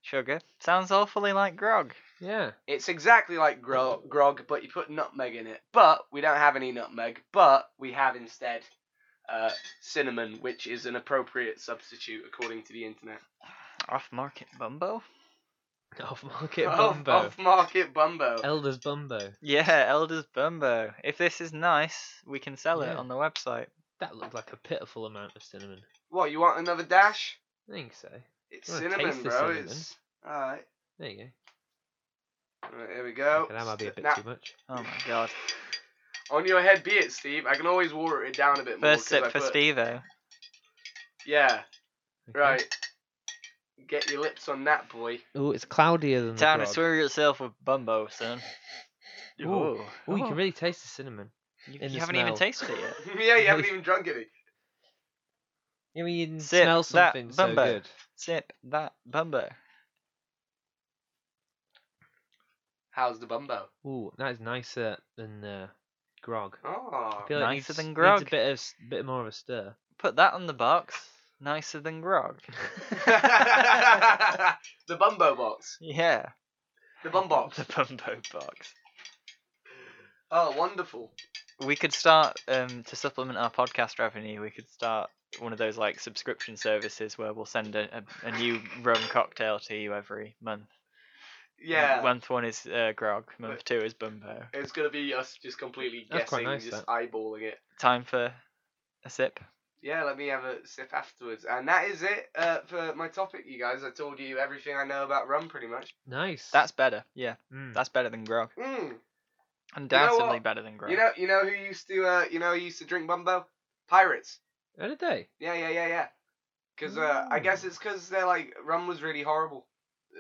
[SPEAKER 4] sugar. Sounds awfully like grog.
[SPEAKER 2] Yeah.
[SPEAKER 3] It's exactly like grog, grog, but you put nutmeg in it. But we don't have any nutmeg. But we have instead uh, cinnamon, which is an appropriate substitute according to the internet.
[SPEAKER 4] Off market bumbo.
[SPEAKER 2] Off market
[SPEAKER 3] Oh, Off-
[SPEAKER 2] bumbo.
[SPEAKER 3] Off-market bumbo.
[SPEAKER 2] Elders bumbo.
[SPEAKER 4] Yeah, Elder's bumbo. If this is nice, we can sell
[SPEAKER 2] Yeah.
[SPEAKER 4] it on the website.
[SPEAKER 2] That looked like a pitiful amount of cinnamon.
[SPEAKER 3] what you want? Another dash?
[SPEAKER 2] I think so.
[SPEAKER 3] It's
[SPEAKER 2] I wanna
[SPEAKER 3] cinnamon,
[SPEAKER 2] taste the
[SPEAKER 3] bro.
[SPEAKER 2] cinnamon.
[SPEAKER 3] It's all right.
[SPEAKER 2] There you
[SPEAKER 3] All right, Here we
[SPEAKER 2] go.
[SPEAKER 3] go.
[SPEAKER 2] Okay, that might be a bit
[SPEAKER 3] Now,
[SPEAKER 2] too much.
[SPEAKER 4] Oh my god.
[SPEAKER 3] on your head be it, Steve. I can always water it down a bit more.
[SPEAKER 4] First
[SPEAKER 3] 'cause
[SPEAKER 4] sip
[SPEAKER 3] I
[SPEAKER 4] for
[SPEAKER 3] put-
[SPEAKER 4] Stevo.
[SPEAKER 3] Yeah,
[SPEAKER 2] Okay.
[SPEAKER 3] right. Get your lips on that, boy.
[SPEAKER 2] Oh, it's cloudier than
[SPEAKER 4] Time
[SPEAKER 2] the
[SPEAKER 4] to
[SPEAKER 2] grog.
[SPEAKER 4] swill yourself with bumbo, son.
[SPEAKER 2] Ooh. Oh, you can really taste the cinnamon.
[SPEAKER 4] You,
[SPEAKER 2] in
[SPEAKER 4] you
[SPEAKER 2] the
[SPEAKER 4] haven't even
[SPEAKER 2] smell.
[SPEAKER 4] tasted it yet.
[SPEAKER 3] yeah, you haven't even drunk any.
[SPEAKER 2] I mean, you can
[SPEAKER 4] Sip
[SPEAKER 2] smell
[SPEAKER 4] that
[SPEAKER 2] something so
[SPEAKER 4] bumbo.
[SPEAKER 2] good.
[SPEAKER 4] Sip that bumbo.
[SPEAKER 3] How's the bumbo?
[SPEAKER 2] Ooh, that is nicer than uh, grog.
[SPEAKER 3] Oh,
[SPEAKER 2] I feel like
[SPEAKER 4] Nicer
[SPEAKER 2] it needs,
[SPEAKER 4] than
[SPEAKER 2] needs
[SPEAKER 4] grog.
[SPEAKER 2] a bit of s- bit more of a stir.
[SPEAKER 4] Put that on the box. Nicer than grog.
[SPEAKER 3] the bumbo box.
[SPEAKER 4] Yeah.
[SPEAKER 3] The bum box.
[SPEAKER 4] The bumbo box.
[SPEAKER 3] Oh, wonderful.
[SPEAKER 4] We could start um, to supplement our podcast revenue. We could start one of those like subscription services where we'll send a, a, a new rum cocktail to you every month.
[SPEAKER 3] Yeah.
[SPEAKER 4] Month one is uh, grog. Month
[SPEAKER 3] But-
[SPEAKER 4] two is bumbo.
[SPEAKER 3] It's gonna be us just completely
[SPEAKER 2] That's quite
[SPEAKER 3] guessing,
[SPEAKER 2] nice, that.
[SPEAKER 3] just eyeballing it.
[SPEAKER 4] Time for a sip.
[SPEAKER 3] Yeah, let me have a sip afterwards. And that is it uh, for my topic, you guys. I told you everything I know about rum, pretty much.
[SPEAKER 2] Nice.
[SPEAKER 4] That's better. Yeah,
[SPEAKER 2] Mm.
[SPEAKER 4] that's better than grog.
[SPEAKER 3] Mm.
[SPEAKER 4] Undoubtedly
[SPEAKER 3] what?
[SPEAKER 4] better than grog.
[SPEAKER 3] You know, you know who used to, uh, you know, who used to drink bumbo? Pirates.
[SPEAKER 2] How did they?
[SPEAKER 3] Yeah, yeah, yeah, yeah. Because uh, I guess it's because they're like rum was really horrible.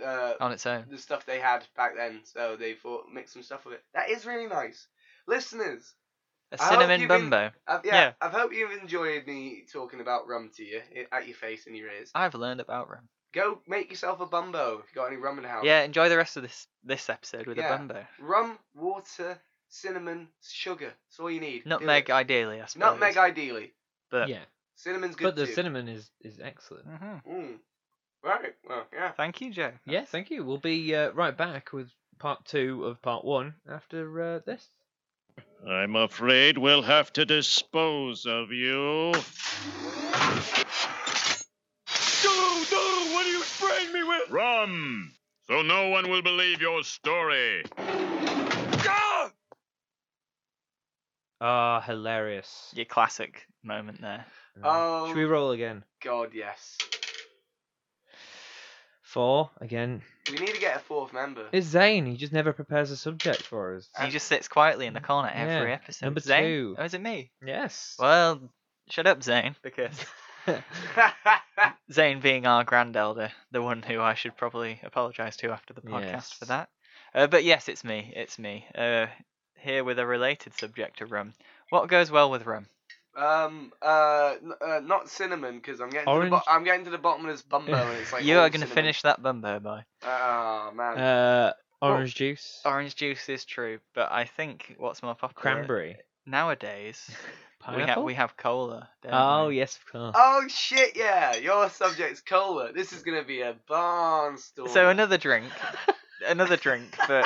[SPEAKER 3] Uh,
[SPEAKER 4] On its own.
[SPEAKER 3] the stuff they had back then, so they thought mix some stuff with it. That is really nice, listeners.
[SPEAKER 4] A
[SPEAKER 3] I hope
[SPEAKER 4] cinnamon
[SPEAKER 3] you can-
[SPEAKER 4] bumbo.
[SPEAKER 3] I've, yeah,
[SPEAKER 4] Yeah.
[SPEAKER 3] I hope you've enjoyed me talking about rum to you i- at your face and your ears.
[SPEAKER 4] I've learned about rum.
[SPEAKER 3] Go make yourself a bumbo if you got any rum in the house.
[SPEAKER 4] Yeah, enjoy the rest of this this episode with
[SPEAKER 3] Yeah.
[SPEAKER 4] a bumbo.
[SPEAKER 3] Rum, water, cinnamon, sugar. That's all you need. Do
[SPEAKER 4] Nutmeg,
[SPEAKER 3] it.
[SPEAKER 4] ideally, I suppose.
[SPEAKER 3] Nutmeg, ideally.
[SPEAKER 4] But
[SPEAKER 2] yeah,
[SPEAKER 3] Cinnamon's good
[SPEAKER 2] but the
[SPEAKER 3] too.
[SPEAKER 2] cinnamon is is excellent.
[SPEAKER 4] Mhm.
[SPEAKER 3] Mm. Right. Well, yeah.
[SPEAKER 4] thank you, Joe.
[SPEAKER 2] Yeah, thank you. We'll be uh, right back with part two of part one after uh, this.
[SPEAKER 5] I'm afraid we'll have to dispose of you.
[SPEAKER 6] No, no, what are you spraying me with?
[SPEAKER 5] Rum! So no one will believe your story.
[SPEAKER 6] Ah!
[SPEAKER 2] Ah, hilarious.
[SPEAKER 4] Your classic moment there.
[SPEAKER 2] Uh, Should we
[SPEAKER 3] Oh.
[SPEAKER 4] Um,
[SPEAKER 2] roll again?
[SPEAKER 3] God, yes.
[SPEAKER 2] Four again.
[SPEAKER 3] We need to get a fourth member.
[SPEAKER 2] It's Zane. He just never prepares a subject for us.
[SPEAKER 4] He just sits quietly in the corner every
[SPEAKER 2] Yeah,
[SPEAKER 4] episode.
[SPEAKER 2] number
[SPEAKER 4] Zane?
[SPEAKER 2] two.
[SPEAKER 4] Oh, is it me?
[SPEAKER 2] Yes.
[SPEAKER 4] Well, shut up, Zane, because Zane being our grandelder, the one who I should probably apologise to after the podcast for
[SPEAKER 2] Yes.
[SPEAKER 4] that. Uh, but yes, it's me. It's me. Uh, here with a related subject to rum. What goes well with rum?
[SPEAKER 3] um. Uh. n- uh not cinnamon, because I'm getting. To the
[SPEAKER 2] Orange?
[SPEAKER 3] bo- I'm getting to the bottom of this bumbo, and it's like.
[SPEAKER 4] you
[SPEAKER 3] all
[SPEAKER 4] are going to
[SPEAKER 3] cinnamon.
[SPEAKER 4] finish that bumbo by.
[SPEAKER 3] Uh, oh man.
[SPEAKER 2] uh,
[SPEAKER 4] oh,
[SPEAKER 2] orange juice,
[SPEAKER 4] Orange juice is true, but I think what's more popular
[SPEAKER 2] cranberry,
[SPEAKER 4] nowadays. we have
[SPEAKER 2] pineapple.
[SPEAKER 4] we have cola. don't
[SPEAKER 2] oh
[SPEAKER 4] we?
[SPEAKER 2] yes, of course.
[SPEAKER 4] Ah!
[SPEAKER 3] oh shit! Yeah, your subject's cola. This is gonna be a barnstorm.
[SPEAKER 4] So another drink, another drink, but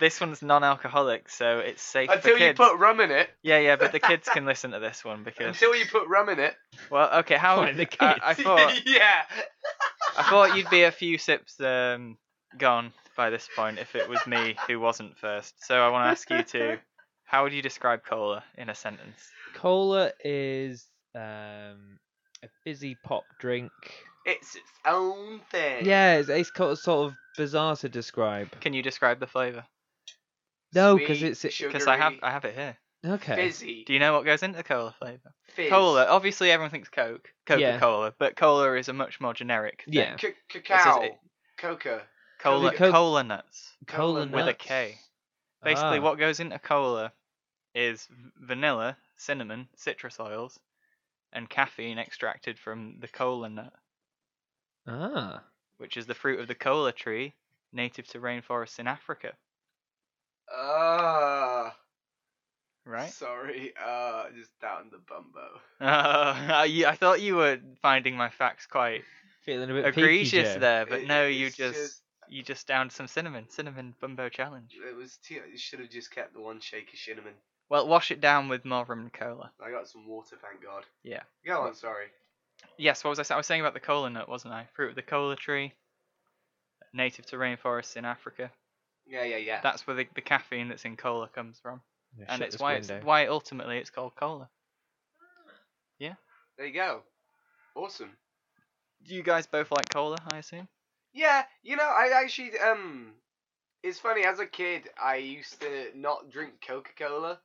[SPEAKER 4] this one's non-alcoholic, so it's safe
[SPEAKER 3] until
[SPEAKER 4] for
[SPEAKER 3] you
[SPEAKER 4] kids.
[SPEAKER 3] put rum in it.
[SPEAKER 4] Yeah, yeah, but the kids can listen to this one because.
[SPEAKER 3] Until you put rum in it.
[SPEAKER 4] Well, okay, how
[SPEAKER 2] Why, the
[SPEAKER 4] I, I
[SPEAKER 2] kids?
[SPEAKER 4] thought
[SPEAKER 3] yeah.
[SPEAKER 4] I thought you'd be a few sips um gone by this point if it was me who wasn't first. So I want to ask you to, how would you describe cola in a sentence?
[SPEAKER 2] Cola is um, a fizzy pop drink.
[SPEAKER 3] It's its own thing.
[SPEAKER 2] Yeah, it's, it's co- sort of bizarre to describe.
[SPEAKER 4] Can you describe the flavour?
[SPEAKER 2] No, because
[SPEAKER 3] Sweet,
[SPEAKER 2] it's it,
[SPEAKER 4] Because I have
[SPEAKER 3] sugary,
[SPEAKER 4] I have it here.
[SPEAKER 2] okay.
[SPEAKER 3] fizzy.
[SPEAKER 4] Do you know what goes into cola flavour?
[SPEAKER 3] fizz.
[SPEAKER 4] Cola. Oh, Obviously, everyone thinks Coke,
[SPEAKER 2] Yeah.
[SPEAKER 4] Coca Cola, but cola is a much more generic. Thing.
[SPEAKER 2] Yeah,
[SPEAKER 3] C-
[SPEAKER 4] This is
[SPEAKER 3] cacao.
[SPEAKER 4] it.
[SPEAKER 3] Coca.
[SPEAKER 4] Cola.
[SPEAKER 2] Coke-
[SPEAKER 4] Cola nuts.
[SPEAKER 2] cola
[SPEAKER 3] Cola
[SPEAKER 4] with a
[SPEAKER 2] nuts.
[SPEAKER 4] K. Basically,
[SPEAKER 2] Ah.
[SPEAKER 4] what goes into cola is v- vanilla, cinnamon, citrus oils, and caffeine extracted from the cola nut,
[SPEAKER 2] Ah,
[SPEAKER 4] which is the fruit of the cola tree, native to rainforests in Africa.
[SPEAKER 3] Ah.
[SPEAKER 4] Right?
[SPEAKER 3] Sorry, uh, just down the bumbo.
[SPEAKER 4] Oh, you- I thought you were finding my facts quite
[SPEAKER 2] feeling a bit peaky,
[SPEAKER 4] egregious
[SPEAKER 2] Joe.
[SPEAKER 4] there, but
[SPEAKER 3] It-
[SPEAKER 4] no, you
[SPEAKER 3] it's
[SPEAKER 4] just, you just downed some cinnamon, cinnon bumbo challenge.
[SPEAKER 3] it was too, you should have just kept the one shake of cinnamon.
[SPEAKER 4] Well, wash it down with more rum and cola.
[SPEAKER 3] I got some water, thank God.
[SPEAKER 4] Yeah.
[SPEAKER 3] Go on, sorry.
[SPEAKER 4] Yes, what was I saying? I was saying about the cola nut, wasn't I? Fruit of the cola tree, native to rainforests in Africa.
[SPEAKER 3] Yeah, yeah, yeah.
[SPEAKER 4] That's where the, the caffeine that's in cola comes from,
[SPEAKER 2] Yeah,
[SPEAKER 4] and
[SPEAKER 2] shut
[SPEAKER 4] it's
[SPEAKER 2] this
[SPEAKER 4] why
[SPEAKER 2] window.
[SPEAKER 4] it's why ultimately it's called cola.
[SPEAKER 3] there you go. Awesome.
[SPEAKER 4] Do you guys both like cola? I assume.
[SPEAKER 3] Yeah, you know, I actually um, it's funny. As a kid, I used to not drink Coca Cola.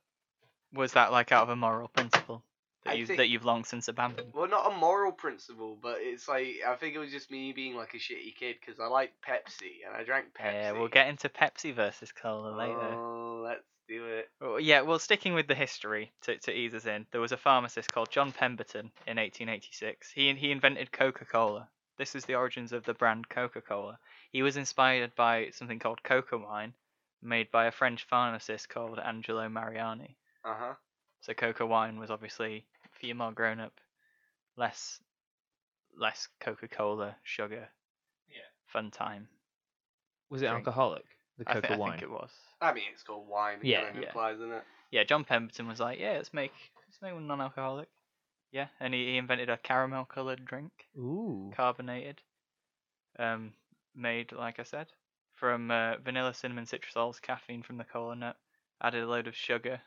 [SPEAKER 4] Was that like out of a moral principle
[SPEAKER 3] I
[SPEAKER 4] that you
[SPEAKER 3] think-
[SPEAKER 4] that you've long since abandoned?
[SPEAKER 3] Well, not a moral principle, but it's like I think it was just me being like a shitty kid because I like Pepsi and I drank Pepsi.
[SPEAKER 4] Yeah, we'll get into Pepsi versus cola later.
[SPEAKER 3] Oh, let's do it.
[SPEAKER 4] Well, Oh, yeah, well, sticking with the history to, to ease us in, there was a pharmacist called John Pemberton in 1886. He he invented Coca-Cola. This is the origins of the brand Coca-Cola. He was inspired by something called coca wine, made by a French pharmacist called Angelo Mariani.
[SPEAKER 3] Uh huh.
[SPEAKER 4] So coca wine was obviously for your more grown up, less less Coca-Cola, sugar,
[SPEAKER 2] Yeah.
[SPEAKER 4] fun time.
[SPEAKER 2] was it
[SPEAKER 4] drink.
[SPEAKER 2] alcoholic? The
[SPEAKER 4] I,
[SPEAKER 2] cocoa
[SPEAKER 4] thi- I
[SPEAKER 2] wine.
[SPEAKER 4] think it was.
[SPEAKER 3] I mean, it's called wine. It
[SPEAKER 2] Yeah,
[SPEAKER 3] kind of
[SPEAKER 4] yeah. Uh,
[SPEAKER 3] implies, isn't it?
[SPEAKER 4] Yeah, John Pemberton was like, yeah, let's make let's make one non-alcoholic. Yeah, and he, he invented a caramel coloured drink,
[SPEAKER 2] Ooh.
[SPEAKER 4] carbonated, um, made like I said from uh, vanilla, cinnamon, citrus oils, caffeine from the cola nut. Added a load of sugar.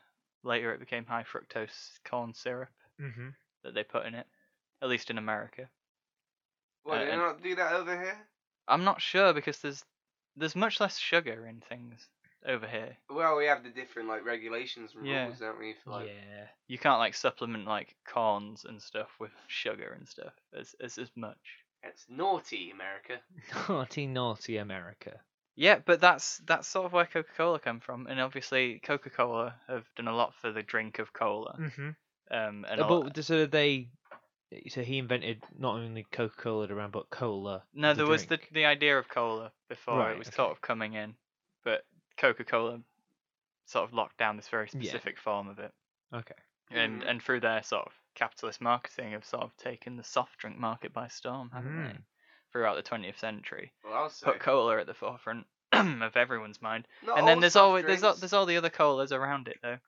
[SPEAKER 4] Later, it became high fructose corn syrup
[SPEAKER 2] Mm-hmm.
[SPEAKER 4] that they put in it, at least in America.
[SPEAKER 3] Well,
[SPEAKER 4] Uh,
[SPEAKER 3] do you
[SPEAKER 4] and-
[SPEAKER 3] not do that over here?
[SPEAKER 4] I'm not sure because there's there's much less sugar in things over here.
[SPEAKER 3] Well, we have the different like regulations and
[SPEAKER 4] Yeah.
[SPEAKER 3] rules, don't we? For, like,
[SPEAKER 4] yeah, you can't like supplement like corns and stuff with sugar and stuff as as as much.
[SPEAKER 3] It's naughty, America.
[SPEAKER 2] Naughty, naughty America.
[SPEAKER 4] Yeah, but that's that's sort of where Coca-Cola come from, and obviously Coca-Cola have done a lot for the drink of cola.
[SPEAKER 2] Mm-hmm.
[SPEAKER 4] Um, and a lot-
[SPEAKER 2] But so they, so he invented not only Coca Cola around, but cola.
[SPEAKER 4] no,
[SPEAKER 2] as a
[SPEAKER 4] there was the
[SPEAKER 2] drink.
[SPEAKER 4] the idea of cola before
[SPEAKER 2] Right,
[SPEAKER 4] it was
[SPEAKER 2] okay.
[SPEAKER 4] sort of coming in, but Coca-Cola sort of locked down this very
[SPEAKER 2] Yeah.
[SPEAKER 4] specific form of it.
[SPEAKER 2] Okay.
[SPEAKER 4] and
[SPEAKER 3] Mhm.
[SPEAKER 4] and through their sort of capitalist marketing have sort of taken the soft drink market by storm, haven't they?
[SPEAKER 2] Mm.
[SPEAKER 4] Throughout the 20th century,
[SPEAKER 3] Well, I'll say.
[SPEAKER 4] put cola at the forefront of everyone's mind,
[SPEAKER 3] Not
[SPEAKER 4] and then
[SPEAKER 3] all
[SPEAKER 4] there's
[SPEAKER 3] soft
[SPEAKER 4] always there's all,
[SPEAKER 3] drinks.
[SPEAKER 4] there's all the other colas around it though.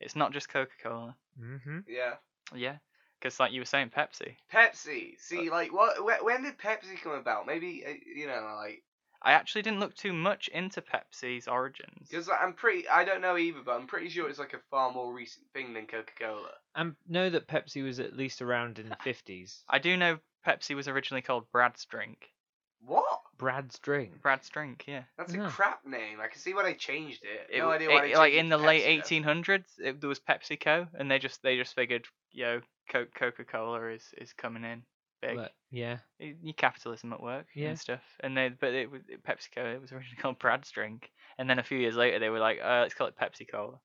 [SPEAKER 4] It's not just Coca Cola,
[SPEAKER 2] Mm-hmm.
[SPEAKER 3] Yeah.
[SPEAKER 4] yeah, because like you were saying, Pepsi.
[SPEAKER 3] Pepsi.
[SPEAKER 4] Uh,
[SPEAKER 3] See, like, what? wh- When did Pepsi come about? Maybe uh, you know, like,
[SPEAKER 4] I actually didn't look too much into Pepsi's origins.
[SPEAKER 3] because I'm pretty. I don't know either, but I'm pretty sure it's like a far more recent thing than Coca-Cola.
[SPEAKER 2] And know that Pepsi was at least around in the fifties.
[SPEAKER 4] Ah, I do know Pepsi was originally called Brad's Drink.
[SPEAKER 3] What?
[SPEAKER 2] Brad's drink.
[SPEAKER 4] Brad's Drink, yeah.
[SPEAKER 3] That's a
[SPEAKER 2] Yeah.
[SPEAKER 3] crap name. I can see why they changed it.
[SPEAKER 4] It,
[SPEAKER 3] no
[SPEAKER 4] w-
[SPEAKER 3] idea why
[SPEAKER 4] it-
[SPEAKER 3] they
[SPEAKER 4] like
[SPEAKER 3] changed
[SPEAKER 4] in
[SPEAKER 3] it
[SPEAKER 4] the
[SPEAKER 3] to
[SPEAKER 4] late
[SPEAKER 3] Pepsi, though.
[SPEAKER 4] 1800s, it, there was PepsiCo, and they just they just figured, yo, Co- Coca Cola is is coming in big.
[SPEAKER 2] But, yeah.
[SPEAKER 4] Y- Your capitalism at work
[SPEAKER 2] Yeah.
[SPEAKER 4] and stuff. And they but it was it- PepsiCo. It was originally called Brad's Drink, and then a few years later they were like, uh, let's call it Pepsi Cola,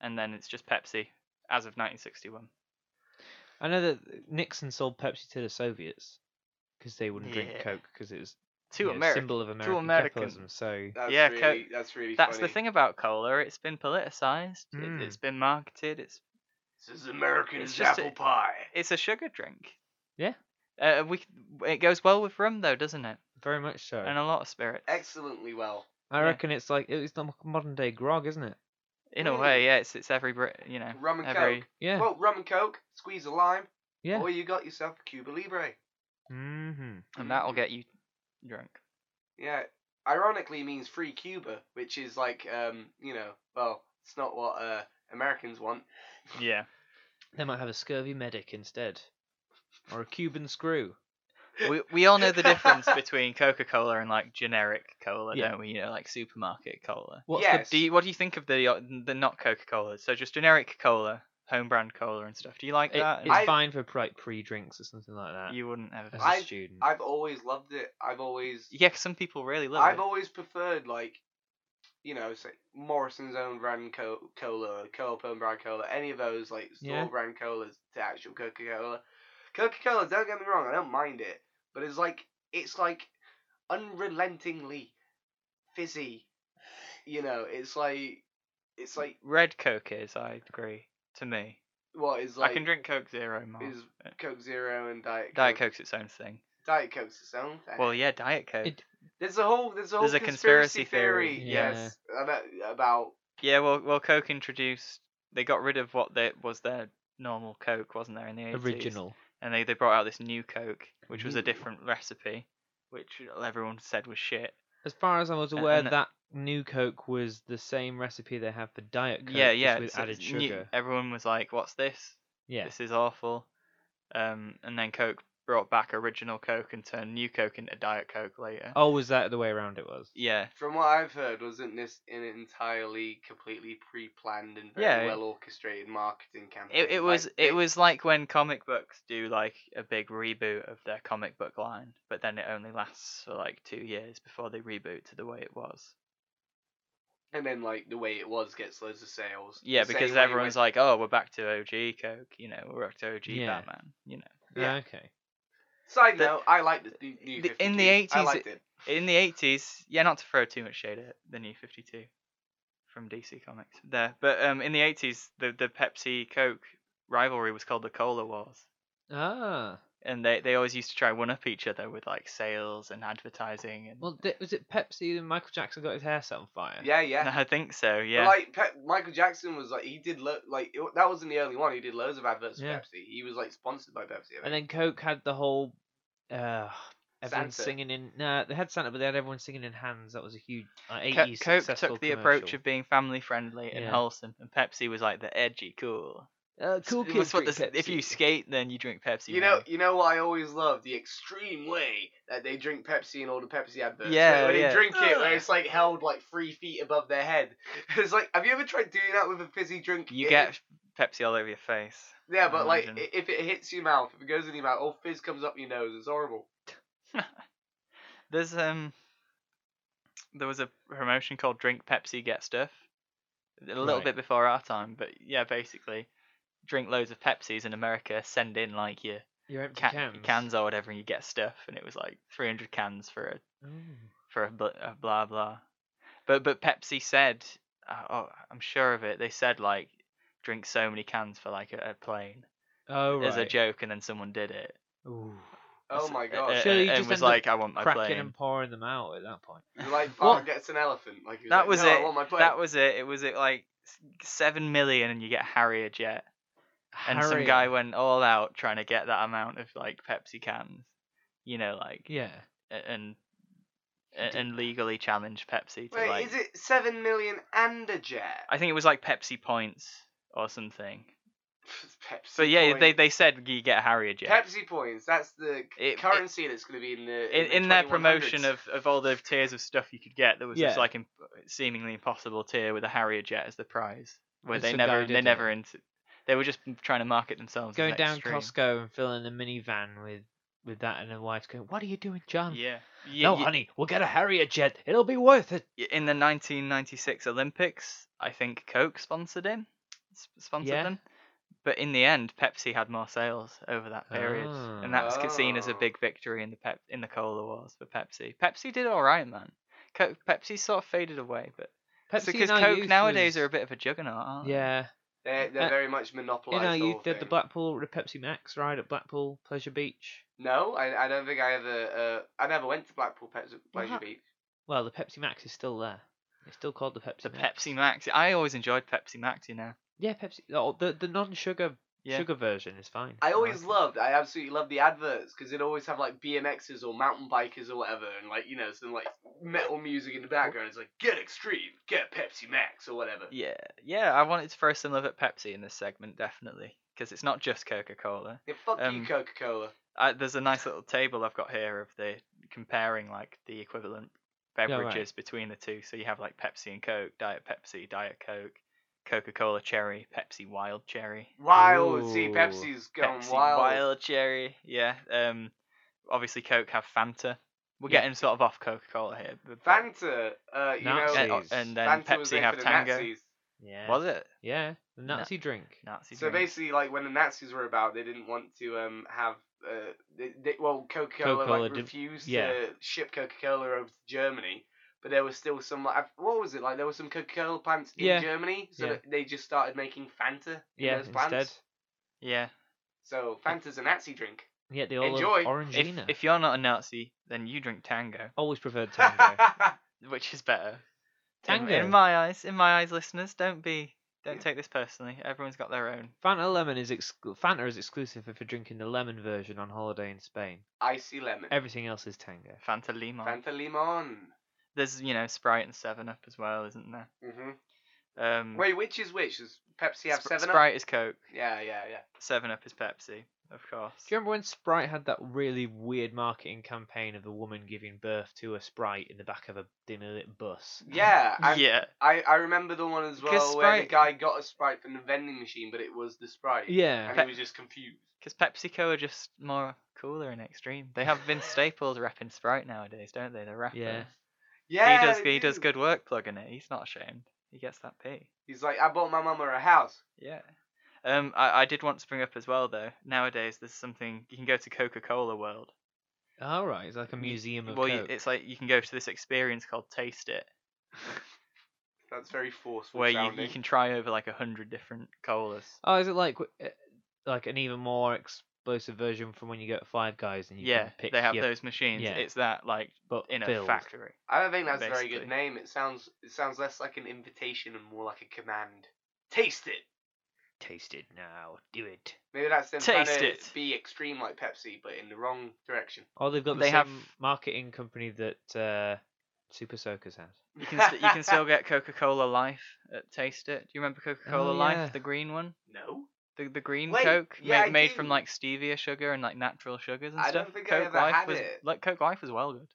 [SPEAKER 4] and then it's just Pepsi as of 1961.
[SPEAKER 2] I know that Nixon sold Pepsi to the Soviets because they wouldn't drink
[SPEAKER 4] Yeah.
[SPEAKER 2] Coke because it was
[SPEAKER 4] Two
[SPEAKER 2] you know,
[SPEAKER 4] American.
[SPEAKER 2] symbol of American
[SPEAKER 4] American.
[SPEAKER 2] capitalism. So
[SPEAKER 3] That's
[SPEAKER 4] Yeah,
[SPEAKER 3] really,
[SPEAKER 4] Co-
[SPEAKER 3] that's really.
[SPEAKER 4] That's
[SPEAKER 3] funny.
[SPEAKER 4] the thing about cola. It's been politicized.
[SPEAKER 2] Mm.
[SPEAKER 4] It, it's been marketed. It's
[SPEAKER 3] This is American
[SPEAKER 4] It's just
[SPEAKER 3] apple
[SPEAKER 4] a-
[SPEAKER 3] pie.
[SPEAKER 4] it's a sugar drink.
[SPEAKER 2] Yeah.
[SPEAKER 4] Uh, we c- it goes well with rum though, doesn't it?
[SPEAKER 2] very much so.
[SPEAKER 4] and a lot of spirits.
[SPEAKER 3] Excellently well.
[SPEAKER 2] I
[SPEAKER 4] yeah.
[SPEAKER 2] reckon it's like it's the modern day grog, isn't it?
[SPEAKER 4] In a
[SPEAKER 3] Mm.
[SPEAKER 4] way, yeah, it's it's every Brit, you know,
[SPEAKER 3] Rum and
[SPEAKER 4] every
[SPEAKER 3] Coke.
[SPEAKER 2] Yeah.
[SPEAKER 3] Well, rum and Coke. Squeeze a lime.
[SPEAKER 2] Yeah.
[SPEAKER 3] Or you got yourself a Cuba Libre.
[SPEAKER 2] mm-hmm.
[SPEAKER 4] and that'll get you drunk.
[SPEAKER 3] Yeah, ironically means free Cuba, which is like um, you know, well, it's not what uh Americans want.
[SPEAKER 4] Yeah,
[SPEAKER 2] They might have a scurvy medic instead, or a Cuban screw.
[SPEAKER 4] we we all know the difference between Coca Cola and like generic cola,
[SPEAKER 2] Yeah.
[SPEAKER 4] don't we? You know, like supermarket cola.
[SPEAKER 2] What's
[SPEAKER 3] yes.
[SPEAKER 4] Do you, what do you think of the uh, the not Coca Cola? So just generic cola, home brand cola and stuff. Do you like
[SPEAKER 2] the? It,
[SPEAKER 4] that?
[SPEAKER 2] it's
[SPEAKER 3] I-
[SPEAKER 2] fine for like pre-drinks or something like that.
[SPEAKER 4] you wouldn't ever.
[SPEAKER 2] as a
[SPEAKER 3] I-
[SPEAKER 2] student.
[SPEAKER 3] I've always loved it. I've always
[SPEAKER 4] yeah, 'cause some people really love
[SPEAKER 3] I've
[SPEAKER 4] it.
[SPEAKER 3] always preferred like you know, say Morrison's own brand co- cola, Co-op own brand cola, any of those like store
[SPEAKER 2] Yeah.
[SPEAKER 3] brand colas to actual Coca-Cola. Coca-Cola, don't get me wrong, I don't mind it, but it's like it's like unrelentingly fizzy. You know, it's like it's like
[SPEAKER 4] Red Coke is, I agree. To me,
[SPEAKER 3] what is like
[SPEAKER 4] I can drink Coke Zero more.
[SPEAKER 3] is Coke Zero and Diet Coke.
[SPEAKER 4] Diet Coke's its own thing.
[SPEAKER 3] Diet Coke's its own thing.
[SPEAKER 4] Well, yeah, Diet Coke.
[SPEAKER 2] It-
[SPEAKER 3] there's a whole there's a whole
[SPEAKER 4] There's a
[SPEAKER 3] conspiracy,
[SPEAKER 4] conspiracy
[SPEAKER 3] theory.
[SPEAKER 4] theory,
[SPEAKER 2] yeah.
[SPEAKER 3] Yes, about, about
[SPEAKER 4] Yeah, well, well, Coke introduced. They got rid of what they, was their normal Coke, wasn't there in the 80s?
[SPEAKER 2] Original.
[SPEAKER 4] And they, they brought out this new Coke, which was
[SPEAKER 2] New.
[SPEAKER 4] a different recipe, which everyone said was shit.
[SPEAKER 2] As far as I was
[SPEAKER 4] A-
[SPEAKER 2] aware,
[SPEAKER 4] and uh,
[SPEAKER 2] that new Coke was the same recipe they have for Diet Coke.
[SPEAKER 4] yeah,
[SPEAKER 2] just
[SPEAKER 4] yeah.
[SPEAKER 2] with
[SPEAKER 4] so
[SPEAKER 2] added
[SPEAKER 4] it's new-
[SPEAKER 2] sugar.
[SPEAKER 4] everyone was like, "What's this?
[SPEAKER 2] Yeah.
[SPEAKER 4] This is awful." Um, and then Coke brought back original Coke and turned new Coke into Diet Coke later.
[SPEAKER 2] Oh, was that the way around it was?
[SPEAKER 4] Yeah,
[SPEAKER 3] from what I've heard, wasn't this an entirely completely pre-planned and very
[SPEAKER 4] Yeah.
[SPEAKER 3] well orchestrated marketing campaign?
[SPEAKER 4] it it
[SPEAKER 3] Like,
[SPEAKER 4] was
[SPEAKER 3] they-
[SPEAKER 4] it was like when comic books do like a big reboot of their comic book line, but then it only lasts for like two years before they reboot to the way it was.
[SPEAKER 3] and then like the way it was gets loads of sales.
[SPEAKER 4] Yeah,
[SPEAKER 3] The
[SPEAKER 4] because
[SPEAKER 3] same way
[SPEAKER 4] everyone's
[SPEAKER 3] when-
[SPEAKER 4] like, "Oh, we're back to OG Coke," you know, we're back to OG
[SPEAKER 2] Yeah.
[SPEAKER 4] Batman, you know.
[SPEAKER 3] Yeah.
[SPEAKER 2] Okay.
[SPEAKER 3] Side
[SPEAKER 4] the-
[SPEAKER 3] note, I liked the new, new
[SPEAKER 4] the-
[SPEAKER 3] 52.
[SPEAKER 4] in the
[SPEAKER 3] I
[SPEAKER 4] 80s
[SPEAKER 3] liked it.
[SPEAKER 4] In the eighties, yeah, not to throw too much shade at the New Fifty Two from DC Comics there, but um, in the eighties, the the Pepsi Coke rivalry was called the Cola Wars,
[SPEAKER 2] Ah.
[SPEAKER 4] and they, they always used to try one up each other with like sales and advertising and
[SPEAKER 2] Well, th- was it Pepsi and Michael Jackson got his hair set on fire?
[SPEAKER 3] Yeah, yeah.
[SPEAKER 4] I think so,
[SPEAKER 3] But,
[SPEAKER 4] yeah.
[SPEAKER 3] like Pe- Michael Jackson was like he did lo- like it- that wasn't the only one. He did loads of adverts for
[SPEAKER 2] Yeah.
[SPEAKER 3] Pepsi. He was like sponsored by Pepsi. I
[SPEAKER 2] And
[SPEAKER 3] think.
[SPEAKER 2] then Coke had the whole. Uh, everyone
[SPEAKER 3] Santa.
[SPEAKER 2] singing in. Nah, they had Santa, but they had everyone singing in hands. That was a huge. Uh,
[SPEAKER 4] Co-
[SPEAKER 2] 80s
[SPEAKER 4] Coke took
[SPEAKER 2] successful
[SPEAKER 4] the approach
[SPEAKER 2] commercial.
[SPEAKER 4] of being family friendly and
[SPEAKER 2] Yeah.
[SPEAKER 4] wholesome, and Pepsi was like the edgy, cool.
[SPEAKER 2] Uh, cool
[SPEAKER 4] That's
[SPEAKER 2] kids.
[SPEAKER 4] what
[SPEAKER 2] drink
[SPEAKER 4] this- if you
[SPEAKER 2] Pepsi.
[SPEAKER 4] skate, then you drink Pepsi.
[SPEAKER 3] you know,
[SPEAKER 4] man.
[SPEAKER 3] you know what I always love the extreme way that they drink Pepsi in all the Pepsi adverts.
[SPEAKER 4] Yeah,
[SPEAKER 3] Like, when
[SPEAKER 4] yeah.
[SPEAKER 3] they drink it, where
[SPEAKER 4] Ugh.
[SPEAKER 3] it's like held like three feet above their head. It's like, have you ever tried doing that with a fizzy drink?
[SPEAKER 4] you
[SPEAKER 3] It-
[SPEAKER 4] get Pepsi all over your face.
[SPEAKER 3] yeah, but like
[SPEAKER 4] Imagine.
[SPEAKER 3] i- if it hits your mouth, if it goes in your mouth, all fizz comes up your nose. It's horrible.
[SPEAKER 4] There's um, there was a promotion called Drink Pepsi, Get Stuff, a little
[SPEAKER 2] Right.
[SPEAKER 4] bit before our time, but yeah, basically, drink loads of Pepsis in America, send in like your
[SPEAKER 2] Your empty
[SPEAKER 4] ca-
[SPEAKER 2] cans.
[SPEAKER 4] cans or whatever, and you get stuff, and it was like 300 cans for a
[SPEAKER 2] Ooh.
[SPEAKER 4] for a, bl- a blah blah. But but Pepsi said, uh, oh, I'm sure of it. They said like drink so many cans for like a, a plane
[SPEAKER 2] Oh right.
[SPEAKER 4] as a joke, and then someone did it.
[SPEAKER 2] Ooh.
[SPEAKER 3] Oh
[SPEAKER 4] That's-
[SPEAKER 3] my
[SPEAKER 4] uh, uh,
[SPEAKER 3] god!
[SPEAKER 2] Surely you
[SPEAKER 4] and
[SPEAKER 2] just
[SPEAKER 4] was
[SPEAKER 2] end up
[SPEAKER 4] like, I want my
[SPEAKER 2] Cracking
[SPEAKER 4] plane.
[SPEAKER 2] and pouring them out at that point.
[SPEAKER 3] like Bart
[SPEAKER 2] What?
[SPEAKER 3] gets an elephant. Like he
[SPEAKER 4] That
[SPEAKER 3] like,
[SPEAKER 4] was
[SPEAKER 3] "No, I
[SPEAKER 4] it.
[SPEAKER 3] want my plate."
[SPEAKER 4] That was it. It was at like s- seven million, and you get Harrier jet. And some
[SPEAKER 2] Harrier.
[SPEAKER 4] guy went all out trying to get that amount of like Pepsi cans, you know, like
[SPEAKER 2] Yeah.
[SPEAKER 4] a- and a- and legally challenge Pepsi to
[SPEAKER 3] Wait,
[SPEAKER 4] like.
[SPEAKER 3] is it seven million and a jet?
[SPEAKER 4] I think it was like Pepsi points or something.
[SPEAKER 3] Pepsi.
[SPEAKER 4] But yeah,
[SPEAKER 3] points.
[SPEAKER 4] they they said you get a Harrier jet.
[SPEAKER 3] Pepsi points. That's the
[SPEAKER 4] It-
[SPEAKER 3] currency that's going to be in the
[SPEAKER 4] in,
[SPEAKER 3] the
[SPEAKER 4] in their
[SPEAKER 3] 2100s.
[SPEAKER 4] promotion of, of all the tiers of stuff you could get, there was
[SPEAKER 2] Yeah.
[SPEAKER 4] this like imp- seemingly impossible tier with a Harrier jet as the prize, where
[SPEAKER 2] And
[SPEAKER 4] they
[SPEAKER 2] some
[SPEAKER 4] never
[SPEAKER 2] guy
[SPEAKER 4] they
[SPEAKER 2] did
[SPEAKER 4] never into, they were just trying to market themselves.
[SPEAKER 2] Going
[SPEAKER 4] as
[SPEAKER 2] down
[SPEAKER 4] extreme.
[SPEAKER 2] Costco and filling a minivan with with that, and the wife's going, "What are you doing, John?"
[SPEAKER 4] Yeah. You,
[SPEAKER 2] No,
[SPEAKER 4] you-
[SPEAKER 2] honey, we'll get a Harrier jet. It'll be worth it.
[SPEAKER 4] y- In the 1996 Olympics, I think Coke sponsored him, s- sponsored
[SPEAKER 2] Yeah.
[SPEAKER 4] them. But in the end, Pepsi had more sales over that period, and that was c- seen as a
[SPEAKER 2] Ah.
[SPEAKER 3] Oh.
[SPEAKER 4] big victory in the pep in the cola wars for Pepsi. Pepsi did all right, man. Coke, Pepsi sort of faded away, but It's because
[SPEAKER 2] in our
[SPEAKER 4] Coke
[SPEAKER 2] youth
[SPEAKER 4] nowadays
[SPEAKER 2] was-
[SPEAKER 4] are a bit of a juggernaut, aren't they?
[SPEAKER 2] Yeah.
[SPEAKER 3] They're, they're
[SPEAKER 2] Uh,
[SPEAKER 3] very much
[SPEAKER 2] You
[SPEAKER 3] monopolised.
[SPEAKER 2] know,
[SPEAKER 3] the
[SPEAKER 2] you
[SPEAKER 3] whole
[SPEAKER 2] did the
[SPEAKER 3] thing.
[SPEAKER 2] Blackpool the Pepsi Max ride at Blackpool Pleasure Beach.
[SPEAKER 3] No, I, I don't think I ever uh, I never went to Blackpool Pets Pleasure
[SPEAKER 2] What?
[SPEAKER 3] Beach.
[SPEAKER 2] Well, the Pepsi Max is still there. It's still called the Pepsi.
[SPEAKER 4] The
[SPEAKER 2] Max.
[SPEAKER 4] Pepsi Max. I always enjoyed Pepsi Max, you know.
[SPEAKER 2] Yeah, Pepsi. Oh, the the non-sugar
[SPEAKER 4] Yeah.
[SPEAKER 2] sugar version is fine.
[SPEAKER 3] I
[SPEAKER 2] like
[SPEAKER 3] always
[SPEAKER 2] it.
[SPEAKER 3] loved, I absolutely loved the adverts because it always have like BMXs or mountain bikers or whatever, and like you know some like metal music in the background. It's like get extreme, get Pepsi Max or whatever.
[SPEAKER 4] Yeah, yeah. I wanted to throw some love at Pepsi in this segment, definitely, because it's not just Coca Cola.
[SPEAKER 3] Yeah, fuck you,
[SPEAKER 4] Um,
[SPEAKER 3] Coca Cola.
[SPEAKER 4] Uh, there's a nice little table I've got here of the comparing like the equivalent
[SPEAKER 2] right.
[SPEAKER 4] beverages between the two. So you have like Pepsi and Coke, Diet Pepsi, Diet Coke, Coca Cola Cherry, Pepsi Wild Cherry.
[SPEAKER 3] Wild, see
[SPEAKER 2] Ooh.
[SPEAKER 3] Pepsi's going
[SPEAKER 4] Pepsi
[SPEAKER 3] wild.
[SPEAKER 4] Wild Cherry. Yeah. Um. Obviously, Coke have Fanta. We're
[SPEAKER 2] Yeah.
[SPEAKER 4] getting sort of off Coca Cola here. but-
[SPEAKER 3] Fanta, uh, you know,
[SPEAKER 2] Nazis.
[SPEAKER 4] and, uh, and then
[SPEAKER 3] Fanta was
[SPEAKER 4] Pepsi
[SPEAKER 3] there
[SPEAKER 4] have
[SPEAKER 3] for the
[SPEAKER 4] Tango.
[SPEAKER 3] Nazis.
[SPEAKER 2] Yeah.
[SPEAKER 4] Was it
[SPEAKER 2] Yeah, the
[SPEAKER 4] Na-
[SPEAKER 2] Nazi drink.
[SPEAKER 4] Nazi?
[SPEAKER 3] So
[SPEAKER 4] drink.
[SPEAKER 3] basically, like when the Nazis were about, they didn't want to um have uh they, they, well Coca Cola
[SPEAKER 2] Coca-Cola
[SPEAKER 3] like
[SPEAKER 2] did-
[SPEAKER 3] refused
[SPEAKER 2] yeah.
[SPEAKER 3] to ship Coca Cola over to Germany, but there was still some like I- what was it like there were some Coca Cola plants in
[SPEAKER 2] Yeah.
[SPEAKER 3] Germany, so
[SPEAKER 2] Yeah.
[SPEAKER 3] that they just started making Fanta in
[SPEAKER 2] Yeah,
[SPEAKER 3] those plants.
[SPEAKER 2] instead.
[SPEAKER 4] yeah.
[SPEAKER 3] So Fanta's a Nazi drink.
[SPEAKER 2] Yeah, the olive
[SPEAKER 3] Enjoy. If-
[SPEAKER 4] If,
[SPEAKER 2] orangina.
[SPEAKER 4] if you're not a Nazi, then you drink Tango,
[SPEAKER 2] Always preferred Tango.
[SPEAKER 4] which is better. In-
[SPEAKER 2] Tango.
[SPEAKER 4] In, my eyes, in my eyes, listeners, don't be, don't
[SPEAKER 3] Yeah.
[SPEAKER 4] take this personally. Everyone's got their own.
[SPEAKER 2] Fanta lemon is exclu- Fanta is exclusive if you're drinking the lemon version on holiday in Spain.
[SPEAKER 3] Icy lemon.
[SPEAKER 2] Everything else is Tango.
[SPEAKER 4] Fanta Lima.
[SPEAKER 3] Fanta limon.
[SPEAKER 4] There's you know Sprite and Seven Up as well, isn't there?
[SPEAKER 3] hmm
[SPEAKER 2] Mm.
[SPEAKER 4] Um,
[SPEAKER 3] Wait, which is which? Does Pepsi have
[SPEAKER 4] Spr-
[SPEAKER 3] Seven Up?
[SPEAKER 4] Sprite is Coke.
[SPEAKER 3] Yeah, yeah, yeah.
[SPEAKER 4] Seven Up is Pepsi, of course.
[SPEAKER 2] Do you remember when Sprite had that really weird marketing campaign of a woman giving birth to a Sprite in the back of a dinner bus?
[SPEAKER 3] Yeah, I,
[SPEAKER 4] yeah.
[SPEAKER 3] I, I remember the one as well
[SPEAKER 4] Because
[SPEAKER 3] where the
[SPEAKER 4] Sprite-
[SPEAKER 3] guy got a sprite from the vending machine, but it was the sprite.
[SPEAKER 2] Yeah.
[SPEAKER 3] And he was just confused.
[SPEAKER 4] Because PepsiCo are just more cooler and extreme. They have Vince Staples rapping Sprite nowadays, don't they? They're rappers.
[SPEAKER 2] Yeah.
[SPEAKER 3] Yeah,
[SPEAKER 4] he does.
[SPEAKER 3] they
[SPEAKER 4] He does
[SPEAKER 3] do.
[SPEAKER 4] good work plugging it. He's not ashamed. He gets that P.
[SPEAKER 3] He's like, I bought my mama a house.
[SPEAKER 4] Yeah. Um, I, I did want to bring up as well though. Nowadays, there's something you can go to Coca-Cola World.
[SPEAKER 2] All right, it's like a
[SPEAKER 4] You-
[SPEAKER 2] museum of
[SPEAKER 4] Mm. well, you,
[SPEAKER 2] Coke.
[SPEAKER 4] it's like you can go to this experience called Taste It,
[SPEAKER 3] That's very forceful.
[SPEAKER 4] where you,
[SPEAKER 3] sounding.
[SPEAKER 4] you can try over like a hundred different colas.
[SPEAKER 2] Oh, is it like w- uh, like an eh, even more ex- explosive version from when you go to Five Guys and you
[SPEAKER 4] yeah,
[SPEAKER 2] can pick
[SPEAKER 4] they have
[SPEAKER 2] your
[SPEAKER 4] those machines.
[SPEAKER 2] yeah.
[SPEAKER 4] It's that like
[SPEAKER 2] butt
[SPEAKER 4] in a
[SPEAKER 2] filled.
[SPEAKER 4] factory.
[SPEAKER 3] I don't think that's a very good
[SPEAKER 4] Basically.
[SPEAKER 3] name. It sounds it sounds less like an invitation and more like a command. Taste it.
[SPEAKER 2] Taste it now. Do it.
[SPEAKER 3] Maybe that's them trying
[SPEAKER 4] Taste
[SPEAKER 3] to
[SPEAKER 4] it.
[SPEAKER 3] be extreme like Pepsi, but in the wrong direction.
[SPEAKER 2] Oh, they've got the
[SPEAKER 4] They
[SPEAKER 2] same
[SPEAKER 4] have-
[SPEAKER 2] marketing company that uh, Super Soakers has.
[SPEAKER 4] You can st- you can still get Coca Cola Life at Taste It. Do you remember Coca Cola
[SPEAKER 2] Oh, yeah.
[SPEAKER 4] Life, the green one,
[SPEAKER 3] no.
[SPEAKER 4] the the green
[SPEAKER 3] Wait,
[SPEAKER 4] Coke
[SPEAKER 3] yeah,
[SPEAKER 4] ma-
[SPEAKER 3] I
[SPEAKER 4] made
[SPEAKER 3] do.
[SPEAKER 4] from like stevia sugar and like natural sugars and
[SPEAKER 3] I
[SPEAKER 4] stuff.
[SPEAKER 3] don't think I
[SPEAKER 4] Coke
[SPEAKER 3] ever
[SPEAKER 4] Life
[SPEAKER 3] had
[SPEAKER 4] was
[SPEAKER 3] it.
[SPEAKER 4] like Coke Life was well good.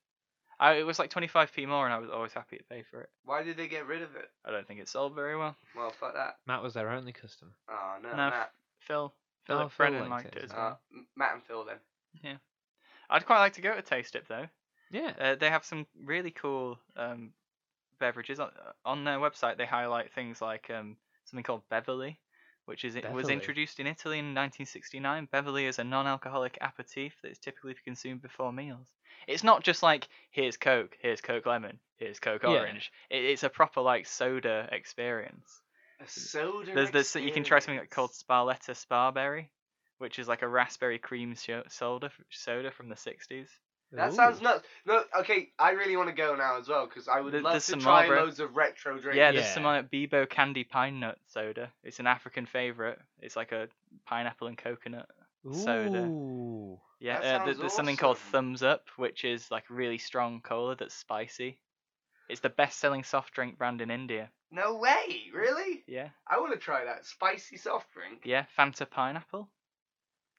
[SPEAKER 4] I, it was like 25p more, and I was always happy to pay for it.
[SPEAKER 3] Why did they get rid of it?
[SPEAKER 4] I don't think it sold very well.
[SPEAKER 3] Well, fuck that.
[SPEAKER 2] Matt was their only customer.
[SPEAKER 3] Oh no,
[SPEAKER 4] No,
[SPEAKER 3] Matt.
[SPEAKER 4] Phil,
[SPEAKER 2] No,
[SPEAKER 4] Philip
[SPEAKER 2] Oh, Phil
[SPEAKER 4] Brennan
[SPEAKER 2] liked
[SPEAKER 4] liked
[SPEAKER 2] it.
[SPEAKER 4] it as well.
[SPEAKER 3] Uh, M- Matt and Phil then.
[SPEAKER 4] I'd quite like to go to Taste It though.
[SPEAKER 2] Yeah.
[SPEAKER 4] Uh, they have some really cool um, beverages on, uh, on their website. They highlight things like um, something called Beverly, which is it was
[SPEAKER 2] Beverly?
[SPEAKER 4] introduced in Italy in 1969. Beverly is a non-alcoholic aperitif that is typically consumed before meals. It's not just like here's Coke, here's Coke lemon, here's Coke
[SPEAKER 2] Yeah.
[SPEAKER 4] orange. It, it's a proper like soda experience.
[SPEAKER 3] A soda.
[SPEAKER 4] There's this you can try something
[SPEAKER 3] experience.
[SPEAKER 4] called Sparletta Sparberry, which is like a raspberry cream sho- soda soda from the 60s.
[SPEAKER 3] That
[SPEAKER 2] Ooh.
[SPEAKER 3] sounds nuts. No, okay, I really want to go now as well because I would
[SPEAKER 4] There-
[SPEAKER 3] love
[SPEAKER 4] there's
[SPEAKER 3] to
[SPEAKER 4] some
[SPEAKER 3] try
[SPEAKER 4] Marlboro.
[SPEAKER 3] loads of retro drinks.
[SPEAKER 4] Yeah, there's some
[SPEAKER 2] Yeah.
[SPEAKER 4] on it, Bebo Candy Pine Nut Soda. It's an African favourite. It's like a pineapple and coconut. soda.
[SPEAKER 2] Ooh.
[SPEAKER 4] Yeah,
[SPEAKER 3] That
[SPEAKER 4] uh,
[SPEAKER 3] sounds
[SPEAKER 4] th- there's something called
[SPEAKER 3] awesome.
[SPEAKER 4] Thumbs Up, which is like really strong cola that's spicy. It's the best-selling soft drink brand in India.
[SPEAKER 3] No way, really?
[SPEAKER 4] Yeah,
[SPEAKER 3] I want to try that spicy soft drink.
[SPEAKER 4] yeah, Fanta Pineapple.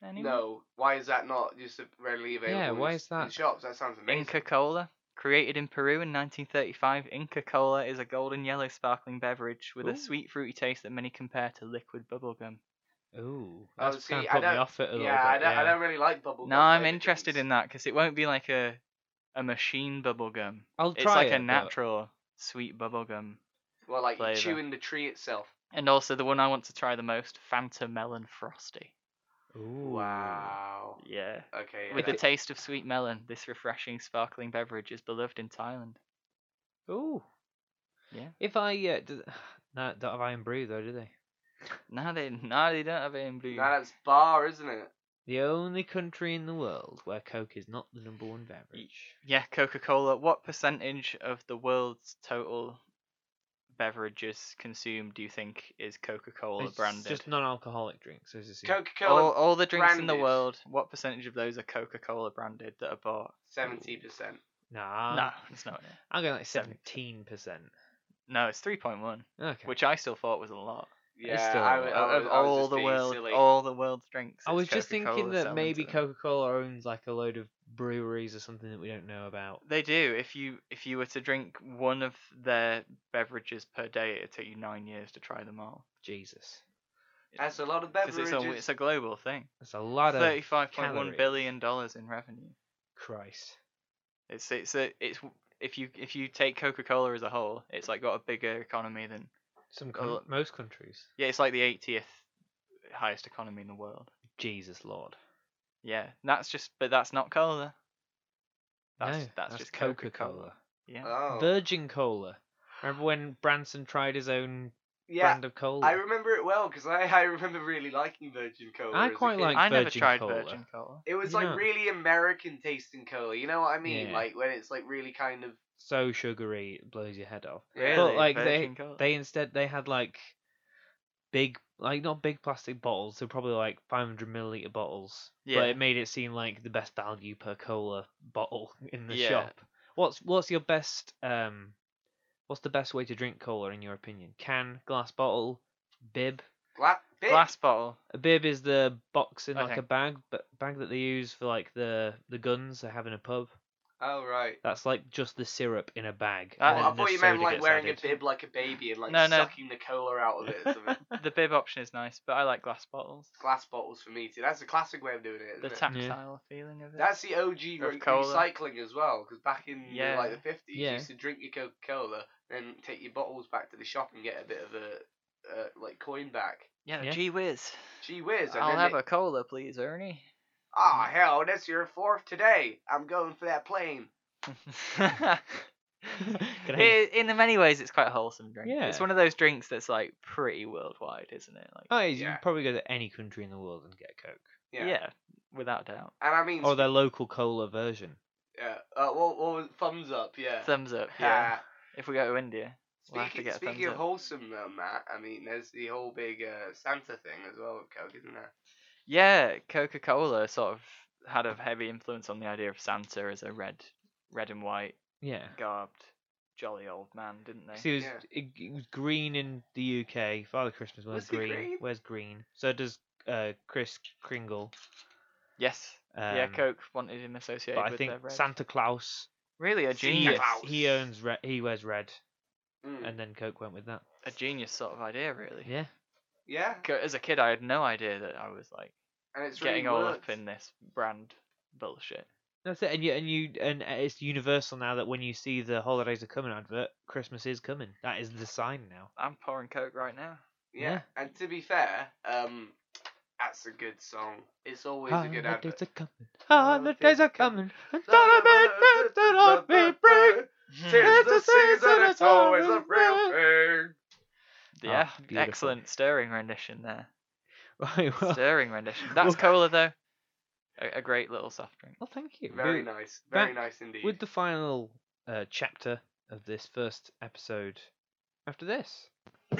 [SPEAKER 4] Anyone?
[SPEAKER 3] No, why is that not just readily available?
[SPEAKER 2] Yeah, why
[SPEAKER 3] in,
[SPEAKER 2] is
[SPEAKER 3] In
[SPEAKER 2] that?
[SPEAKER 3] shops, that sounds amazing.
[SPEAKER 4] Inca Cola. Created in Peru in 1935, Inca Cola is a golden yellow sparkling beverage with
[SPEAKER 2] Ooh.
[SPEAKER 4] a sweet fruity taste that many compare to liquid bubblegum.
[SPEAKER 2] Ooh.
[SPEAKER 3] Oh,
[SPEAKER 2] That's kind
[SPEAKER 3] see,
[SPEAKER 2] of
[SPEAKER 3] I
[SPEAKER 2] put me
[SPEAKER 3] don't-
[SPEAKER 2] off it a little
[SPEAKER 3] yeah, I
[SPEAKER 2] bit.
[SPEAKER 3] don't,
[SPEAKER 2] yeah.
[SPEAKER 3] I don't really like bubble.
[SPEAKER 4] oh, No,
[SPEAKER 3] gum
[SPEAKER 4] I'm
[SPEAKER 3] flavored
[SPEAKER 4] interested
[SPEAKER 3] drinks.
[SPEAKER 4] in that because it won't be like a a machine bubblegum.
[SPEAKER 2] I'll
[SPEAKER 4] It's
[SPEAKER 2] try
[SPEAKER 4] like
[SPEAKER 2] it,
[SPEAKER 4] a
[SPEAKER 2] but-
[SPEAKER 4] natural sweet bubblegum.
[SPEAKER 3] Well, like
[SPEAKER 4] flavour.
[SPEAKER 3] chewing the tree itself.
[SPEAKER 4] And also the one I want to try the most, Fanta Melon Frosty.
[SPEAKER 2] Ooh.
[SPEAKER 3] Wow.
[SPEAKER 4] Yeah.
[SPEAKER 3] Okay. uh,
[SPEAKER 4] With
[SPEAKER 3] yeah.
[SPEAKER 4] the taste of sweet melon, this refreshing sparkling beverage is beloved in Thailand.
[SPEAKER 2] Ooh.
[SPEAKER 4] Yeah.
[SPEAKER 2] If I uh, d- no, don't have Iron Brew though, do they?
[SPEAKER 4] No, they no, they don't have it in blue.
[SPEAKER 3] Now that's bar, isn't it?
[SPEAKER 2] The only country in the world where Coke is not the number one beverage.
[SPEAKER 4] Yeah, Coca Cola. What percentage of the world's total beverages consumed do you think is Coca Cola
[SPEAKER 2] It's
[SPEAKER 4] branded?
[SPEAKER 2] just non-alcoholic drinks, as you see.
[SPEAKER 3] Coca
[SPEAKER 4] all,
[SPEAKER 3] Cola,
[SPEAKER 4] all the drinks in the
[SPEAKER 3] branded.
[SPEAKER 4] world, what percentage of those are Coca Cola branded that are bought?
[SPEAKER 3] seventy percent.
[SPEAKER 2] Nah.
[SPEAKER 4] no, it's not. it.
[SPEAKER 2] I'm going like
[SPEAKER 4] Seven.
[SPEAKER 2] seventeen percent.
[SPEAKER 4] No, it's 3.1,
[SPEAKER 2] Okay.
[SPEAKER 4] which I still thought was a lot.
[SPEAKER 3] Yeah,
[SPEAKER 2] still
[SPEAKER 3] I,
[SPEAKER 2] a
[SPEAKER 3] would-
[SPEAKER 2] lot.
[SPEAKER 3] I
[SPEAKER 4] Of-
[SPEAKER 3] was-
[SPEAKER 4] of
[SPEAKER 3] I was
[SPEAKER 4] all
[SPEAKER 3] just
[SPEAKER 4] the
[SPEAKER 3] being
[SPEAKER 4] world,
[SPEAKER 3] silly.
[SPEAKER 4] all the world's drinks.
[SPEAKER 2] I
[SPEAKER 4] it's
[SPEAKER 2] was just
[SPEAKER 4] Coca-Cola
[SPEAKER 2] thinking that
[SPEAKER 4] selling
[SPEAKER 2] maybe
[SPEAKER 4] to them.
[SPEAKER 2] Coca-Cola owns like a load of breweries or something that we don't know about.
[SPEAKER 4] They do. If you if you were to drink one of their beverages per day, it'd take you nine years to try them all.
[SPEAKER 2] Jesus,
[SPEAKER 3] That's a lot of
[SPEAKER 4] Because it's
[SPEAKER 3] beverages.
[SPEAKER 4] a it's a global thing.
[SPEAKER 2] that's a lot of
[SPEAKER 4] Thirty-five point one
[SPEAKER 2] calories.
[SPEAKER 4] billion dollars in revenue.
[SPEAKER 2] Christ.
[SPEAKER 4] It's it's a, it's if you if you take Coca-Cola as a whole, it's like got a bigger economy than
[SPEAKER 2] Some
[SPEAKER 4] A
[SPEAKER 2] coun
[SPEAKER 4] lot.
[SPEAKER 2] most countries.
[SPEAKER 4] Yeah, it's like the 80th highest economy in the world.
[SPEAKER 2] Jesus Lord.
[SPEAKER 4] Yeah, that's just, but that's not cola. That's,
[SPEAKER 2] no,
[SPEAKER 4] that's, just Coca Cola. Yeah.
[SPEAKER 3] Oh.
[SPEAKER 2] Virgin Cola. Remember when Branson tried his own
[SPEAKER 3] yeah,
[SPEAKER 2] brand of cola?
[SPEAKER 3] I remember it well because I, I remember really liking Virgin Cola.
[SPEAKER 2] I
[SPEAKER 3] as a
[SPEAKER 2] quite
[SPEAKER 3] kid.
[SPEAKER 2] like
[SPEAKER 4] I never
[SPEAKER 2] Virgin
[SPEAKER 4] tried
[SPEAKER 2] Cola.
[SPEAKER 4] Virgin Cola.
[SPEAKER 3] It was like
[SPEAKER 2] No.
[SPEAKER 3] really American tasting cola. You know what I mean?
[SPEAKER 2] Yeah.
[SPEAKER 3] Like when it's like really kind of
[SPEAKER 2] so sugary it blows your head off.
[SPEAKER 3] Really?
[SPEAKER 2] But like
[SPEAKER 4] Virgin
[SPEAKER 2] they
[SPEAKER 4] Cola?
[SPEAKER 2] they instead they had like big like not big plastic bottles, they're probably like five hundred milliliter bottles.
[SPEAKER 4] Yeah.
[SPEAKER 2] But it made it seem like the best value per cola bottle in the
[SPEAKER 4] Yeah.
[SPEAKER 2] shop. What's what's your best um what's the best way to drink cola in your opinion? Can, glass bottle, bib?
[SPEAKER 3] gla- big.
[SPEAKER 4] Glass bottle.
[SPEAKER 2] A bib is the box in like
[SPEAKER 4] Okay.
[SPEAKER 2] a bag, but bag that they use for like the the guns they have in a pub.
[SPEAKER 3] Oh right.
[SPEAKER 2] That's like just the syrup in a bag.
[SPEAKER 4] Ah.
[SPEAKER 2] and
[SPEAKER 3] Well,
[SPEAKER 2] then
[SPEAKER 3] I
[SPEAKER 2] the
[SPEAKER 3] thought you meant
[SPEAKER 2] soda
[SPEAKER 3] like
[SPEAKER 2] gets
[SPEAKER 3] wearing
[SPEAKER 2] added.
[SPEAKER 3] a bib like a baby and like
[SPEAKER 4] No, no.
[SPEAKER 3] sucking the cola out of it. or something.
[SPEAKER 4] The bib option is nice, but I like glass bottles.
[SPEAKER 3] Glass bottles for me too. That's a classic way of doing it. Isn't
[SPEAKER 4] The
[SPEAKER 3] it?
[SPEAKER 4] tactile feeling of it.
[SPEAKER 3] That's the OG
[SPEAKER 4] Of
[SPEAKER 3] re-
[SPEAKER 4] cola.
[SPEAKER 3] recycling as well, because back in
[SPEAKER 4] Yeah.
[SPEAKER 3] like the fifties,
[SPEAKER 2] Yeah.
[SPEAKER 3] you used to drink your Coca Cola, then take your bottles back to the shop and get a bit of a uh, like coin back.
[SPEAKER 4] yeah,
[SPEAKER 2] yeah.
[SPEAKER 4] gee whiz.
[SPEAKER 3] Gee whiz! And
[SPEAKER 4] I'll
[SPEAKER 3] then
[SPEAKER 4] have
[SPEAKER 3] they-
[SPEAKER 4] a cola, please, Ernie.
[SPEAKER 3] "Oh, Ah, hell, that's your fourth today. I'm going for that plane.
[SPEAKER 2] Can I-
[SPEAKER 4] It, in the many ways, it's quite a wholesome drink. It's
[SPEAKER 2] Yeah.
[SPEAKER 4] one of those drinks that's like pretty worldwide, isn't it? Like,
[SPEAKER 2] Oh, you
[SPEAKER 3] Yeah.
[SPEAKER 2] can probably go to any country in the world and get a Coke.
[SPEAKER 3] Yeah.
[SPEAKER 4] without doubt.
[SPEAKER 3] And I mean,
[SPEAKER 4] Oh,
[SPEAKER 2] Or their local cola version.
[SPEAKER 3] yeah. Uh, what, what was thumbs up? Yeah.
[SPEAKER 4] Thumbs up. Yeah.
[SPEAKER 3] Yeah.
[SPEAKER 4] if we go to India, we'll have to
[SPEAKER 3] Speaking,
[SPEAKER 4] get a
[SPEAKER 3] speaking
[SPEAKER 4] thumbs
[SPEAKER 3] of
[SPEAKER 4] up.
[SPEAKER 3] wholesome though, Matt, I mean, there's the whole big uh, Santa thing as well with Coke, isn't there?
[SPEAKER 4] yeah, Coca Cola sort of had a heavy influence on the idea of Santa as a red, red and white
[SPEAKER 2] Yeah.
[SPEAKER 4] garbed, jolly old man, didn't they?
[SPEAKER 2] See, it was,
[SPEAKER 3] Yeah.
[SPEAKER 2] it, it was green in the UK. Father Christmas wears
[SPEAKER 3] Was he
[SPEAKER 2] green.
[SPEAKER 3] green?
[SPEAKER 2] Wears green. So does uh, Chris Kringle.
[SPEAKER 4] yes.
[SPEAKER 2] Um,
[SPEAKER 4] yeah, Coke wanted him associated
[SPEAKER 2] But I
[SPEAKER 4] with
[SPEAKER 2] think
[SPEAKER 4] their red.
[SPEAKER 2] Santa Claus.
[SPEAKER 4] really, a genius,
[SPEAKER 3] Claus.
[SPEAKER 2] He owns red. He wears red,
[SPEAKER 3] Mm.
[SPEAKER 2] and then Coke went with that.
[SPEAKER 4] a genius sort of idea, really.
[SPEAKER 2] Yeah.
[SPEAKER 3] yeah.
[SPEAKER 4] Co- As a kid, I had no idea that I was like
[SPEAKER 3] And it's
[SPEAKER 4] getting
[SPEAKER 3] really
[SPEAKER 4] all
[SPEAKER 3] worked.
[SPEAKER 4] up in this brand bullshit.
[SPEAKER 2] That's it. And you and you and uh, it's universal now that when you see the holidays are coming advert, Christmas is coming. That is the sign now.
[SPEAKER 4] I'm pouring Coke right now.
[SPEAKER 2] Oh,
[SPEAKER 3] Yeah.
[SPEAKER 2] Yeah.
[SPEAKER 3] And to be fair, um, that's a good song. It's always a good
[SPEAKER 2] Holidays
[SPEAKER 3] advert.
[SPEAKER 2] are coming.
[SPEAKER 3] Holidays
[SPEAKER 2] Holidays
[SPEAKER 3] are
[SPEAKER 2] are coming.
[SPEAKER 3] coming.
[SPEAKER 2] And celebrate this that all we bring.
[SPEAKER 3] Tis the season, it's always a real thing.
[SPEAKER 4] yeah,
[SPEAKER 2] beautiful.
[SPEAKER 4] excellent stirring rendition there.
[SPEAKER 2] Right. Well,
[SPEAKER 4] Stirring rendition. That's cola though. A, a great little soft drink.
[SPEAKER 2] well thank you.
[SPEAKER 3] Very
[SPEAKER 2] We-
[SPEAKER 3] nice.
[SPEAKER 2] back
[SPEAKER 3] Very nice indeed.
[SPEAKER 2] With the final uh, chapter of this first episode, after this.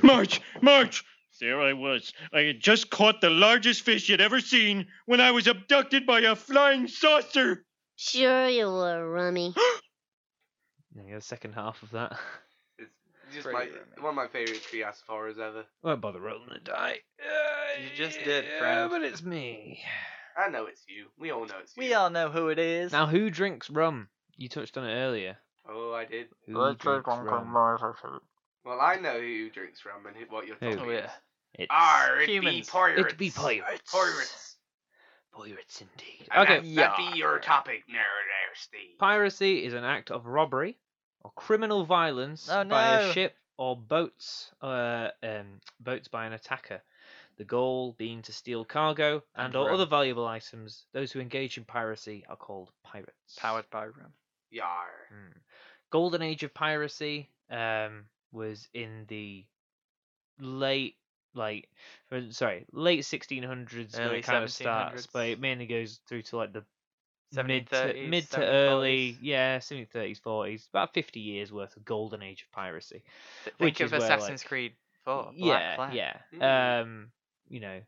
[SPEAKER 5] March, March! There I was. I had just caught the largest fish you'd ever seen when I was abducted by a flying saucer.
[SPEAKER 7] Sure you were, rummy.
[SPEAKER 2] There you go, The second half of that.
[SPEAKER 3] It's just
[SPEAKER 4] Pretty
[SPEAKER 3] my,
[SPEAKER 4] roomy.
[SPEAKER 3] one of my favourite Trias horrors ever.
[SPEAKER 2] Won't bother rolling the die.
[SPEAKER 4] You just did,
[SPEAKER 2] Yeah,
[SPEAKER 4] friend.
[SPEAKER 2] but it's me.
[SPEAKER 3] I know it's you. We all know it's you.
[SPEAKER 4] We all know who it is.
[SPEAKER 2] Now, who drinks rum? You touched on it earlier.
[SPEAKER 3] Oh, I did.
[SPEAKER 2] Who drinks rum?
[SPEAKER 3] Well, I know who drinks rum and who, what your
[SPEAKER 2] Who?
[SPEAKER 3] topic
[SPEAKER 4] oh
[SPEAKER 3] is.
[SPEAKER 4] yeah.
[SPEAKER 2] It's
[SPEAKER 3] Arr, it Ah, be
[SPEAKER 4] Humans.
[SPEAKER 3] pirates.
[SPEAKER 2] It be pirates.
[SPEAKER 3] Pirates.
[SPEAKER 2] pirates indeed.
[SPEAKER 3] And
[SPEAKER 2] Okay,
[SPEAKER 3] That, that be your topic now there, Steve.
[SPEAKER 2] piracy is an act of robbery or criminal violence
[SPEAKER 4] Oh,
[SPEAKER 2] by
[SPEAKER 4] no.
[SPEAKER 2] a ship or boats, uh, um, boats by an attacker. The goal being to steal cargo
[SPEAKER 4] And
[SPEAKER 2] and or
[SPEAKER 4] rum.
[SPEAKER 2] other valuable items. Those who engage in piracy are called pirates.
[SPEAKER 4] Powered by rum.
[SPEAKER 3] Yar.
[SPEAKER 2] Mm. Golden Age of piracy um, was in the late, like, uh, sorry, late 1600s when
[SPEAKER 4] Early
[SPEAKER 2] it kind of
[SPEAKER 4] 1700s.
[SPEAKER 2] starts, but it mainly goes through to like the mid to,
[SPEAKER 4] 1730s,
[SPEAKER 2] mid to
[SPEAKER 4] 1740s.
[SPEAKER 2] early, yeah, 1730s, 40s, about 50 years worth of Golden Age of piracy.
[SPEAKER 4] Th- Think
[SPEAKER 2] Which
[SPEAKER 4] of
[SPEAKER 2] is where,
[SPEAKER 4] Assassin's
[SPEAKER 2] like-
[SPEAKER 4] Creed 4. Oh, Black
[SPEAKER 2] yeah,
[SPEAKER 4] Flag.
[SPEAKER 2] yeah.
[SPEAKER 3] Mm.
[SPEAKER 2] Um, you know,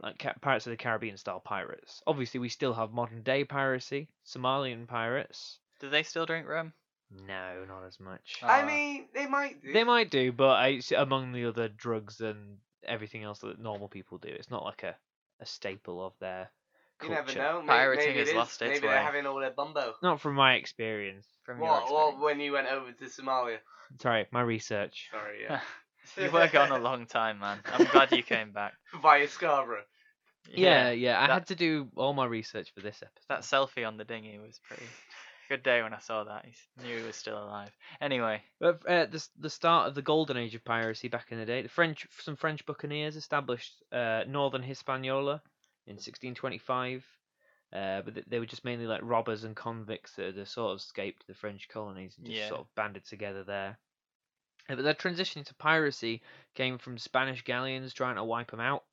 [SPEAKER 2] like ca- Pirates of the Caribbean style pirates. Obviously, we still have modern day piracy, Somalian pirates.
[SPEAKER 4] Do they still drink rum?
[SPEAKER 2] No, not as much.
[SPEAKER 3] I
[SPEAKER 4] Ah.
[SPEAKER 3] mean, they might do.
[SPEAKER 2] They might do, but I- it's among the other drugs and everything else that normal people do. It's not like a, a staple of their
[SPEAKER 3] You
[SPEAKER 2] culture.
[SPEAKER 3] never know. Maybe,
[SPEAKER 4] Pirating
[SPEAKER 3] maybe it
[SPEAKER 4] has
[SPEAKER 3] is.
[SPEAKER 4] lost its
[SPEAKER 3] Maybe they're
[SPEAKER 4] way.
[SPEAKER 3] having all their bumbo.
[SPEAKER 2] Not from my experience.
[SPEAKER 4] From your
[SPEAKER 3] What, what,
[SPEAKER 4] experience.
[SPEAKER 3] when you went over to Somalia?
[SPEAKER 2] Sorry, my research.
[SPEAKER 3] Sorry, yeah.
[SPEAKER 4] You were gone a long time, man. I'm glad you came back.
[SPEAKER 3] Via Scarborough.
[SPEAKER 2] Yeah, yeah. I
[SPEAKER 4] that-
[SPEAKER 2] had to do all my research for this episode.
[SPEAKER 4] That selfie on the dinghy was pretty good day when I saw that. He s- knew he was still alive. Anyway,
[SPEAKER 2] But uh, the s- the start of the golden age of piracy back in the day, the French some French buccaneers established uh, northern Hispaniola in 1625. Uh, but th- they were just mainly like robbers and convicts that had uh, sort of escaped the French colonies and just
[SPEAKER 4] Yeah.
[SPEAKER 2] sort of banded together there. Uh, But their transition to piracy came from Spanish galleons trying to wipe them out.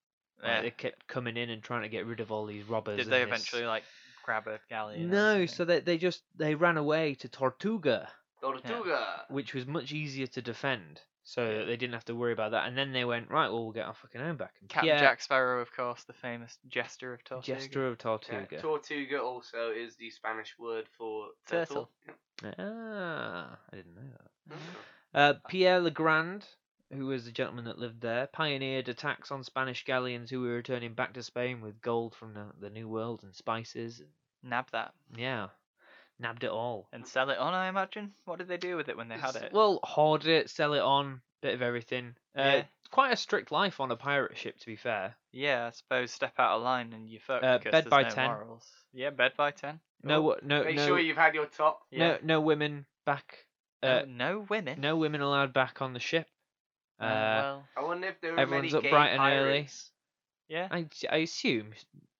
[SPEAKER 2] Like,
[SPEAKER 4] yeah.
[SPEAKER 2] They kept coming in and trying to get rid of all these robbers.
[SPEAKER 4] did
[SPEAKER 2] and
[SPEAKER 4] they
[SPEAKER 2] this-
[SPEAKER 4] eventually like grab a galley? and
[SPEAKER 2] No,
[SPEAKER 4] everything?
[SPEAKER 2] so they they just they ran away to Tortuga
[SPEAKER 3] Tortuga.
[SPEAKER 2] which was much easier to defend, so that they didn't have to worry about that. And then they went right, well, we'll get our fucking own back. And
[SPEAKER 4] Captain
[SPEAKER 2] Pierre
[SPEAKER 4] Jack Sparrow, of course, the famous jester of Tortuga.
[SPEAKER 2] Jester of Tortuga.
[SPEAKER 3] Yeah, Tortuga also is the Spanish word for turtle.
[SPEAKER 2] ah, I didn't know that.
[SPEAKER 3] Yeah.
[SPEAKER 2] Uh, Pierre Le Grand, who was the gentleman that lived there, pioneered attacks on Spanish galleons who were returning back to Spain with gold from the, the New World and spices.
[SPEAKER 4] Nab that
[SPEAKER 2] Yeah, nabbed it all.
[SPEAKER 4] and sell it on. I imagine. What did they do with it when they had
[SPEAKER 3] It's-
[SPEAKER 4] it?
[SPEAKER 2] Well, hoard it, sell it on, bit of everything. Uh,
[SPEAKER 4] Yeah.
[SPEAKER 2] Quite a strict life on a pirate ship, to be fair.
[SPEAKER 4] yeah, I suppose step out of line and you fuck.
[SPEAKER 2] Uh,
[SPEAKER 4] 'cause
[SPEAKER 2] bed
[SPEAKER 4] there's
[SPEAKER 2] by
[SPEAKER 4] no
[SPEAKER 2] 10.
[SPEAKER 4] Morals. Yeah, bed by ten. Oh,
[SPEAKER 2] No,
[SPEAKER 4] Cool.
[SPEAKER 2] wa- no,
[SPEAKER 3] Make
[SPEAKER 2] no.
[SPEAKER 3] sure you've had your top.
[SPEAKER 4] Yeah.
[SPEAKER 2] No, no women back.
[SPEAKER 4] No,
[SPEAKER 2] Uh,
[SPEAKER 4] no women.
[SPEAKER 2] no women allowed back on the ship.
[SPEAKER 4] Oh,
[SPEAKER 2] Uh,
[SPEAKER 4] well,
[SPEAKER 3] I wonder if there were
[SPEAKER 2] everyone's
[SPEAKER 3] many
[SPEAKER 2] up
[SPEAKER 3] gay
[SPEAKER 2] bright and early.
[SPEAKER 3] pirates.
[SPEAKER 4] yeah.
[SPEAKER 2] I, I assume.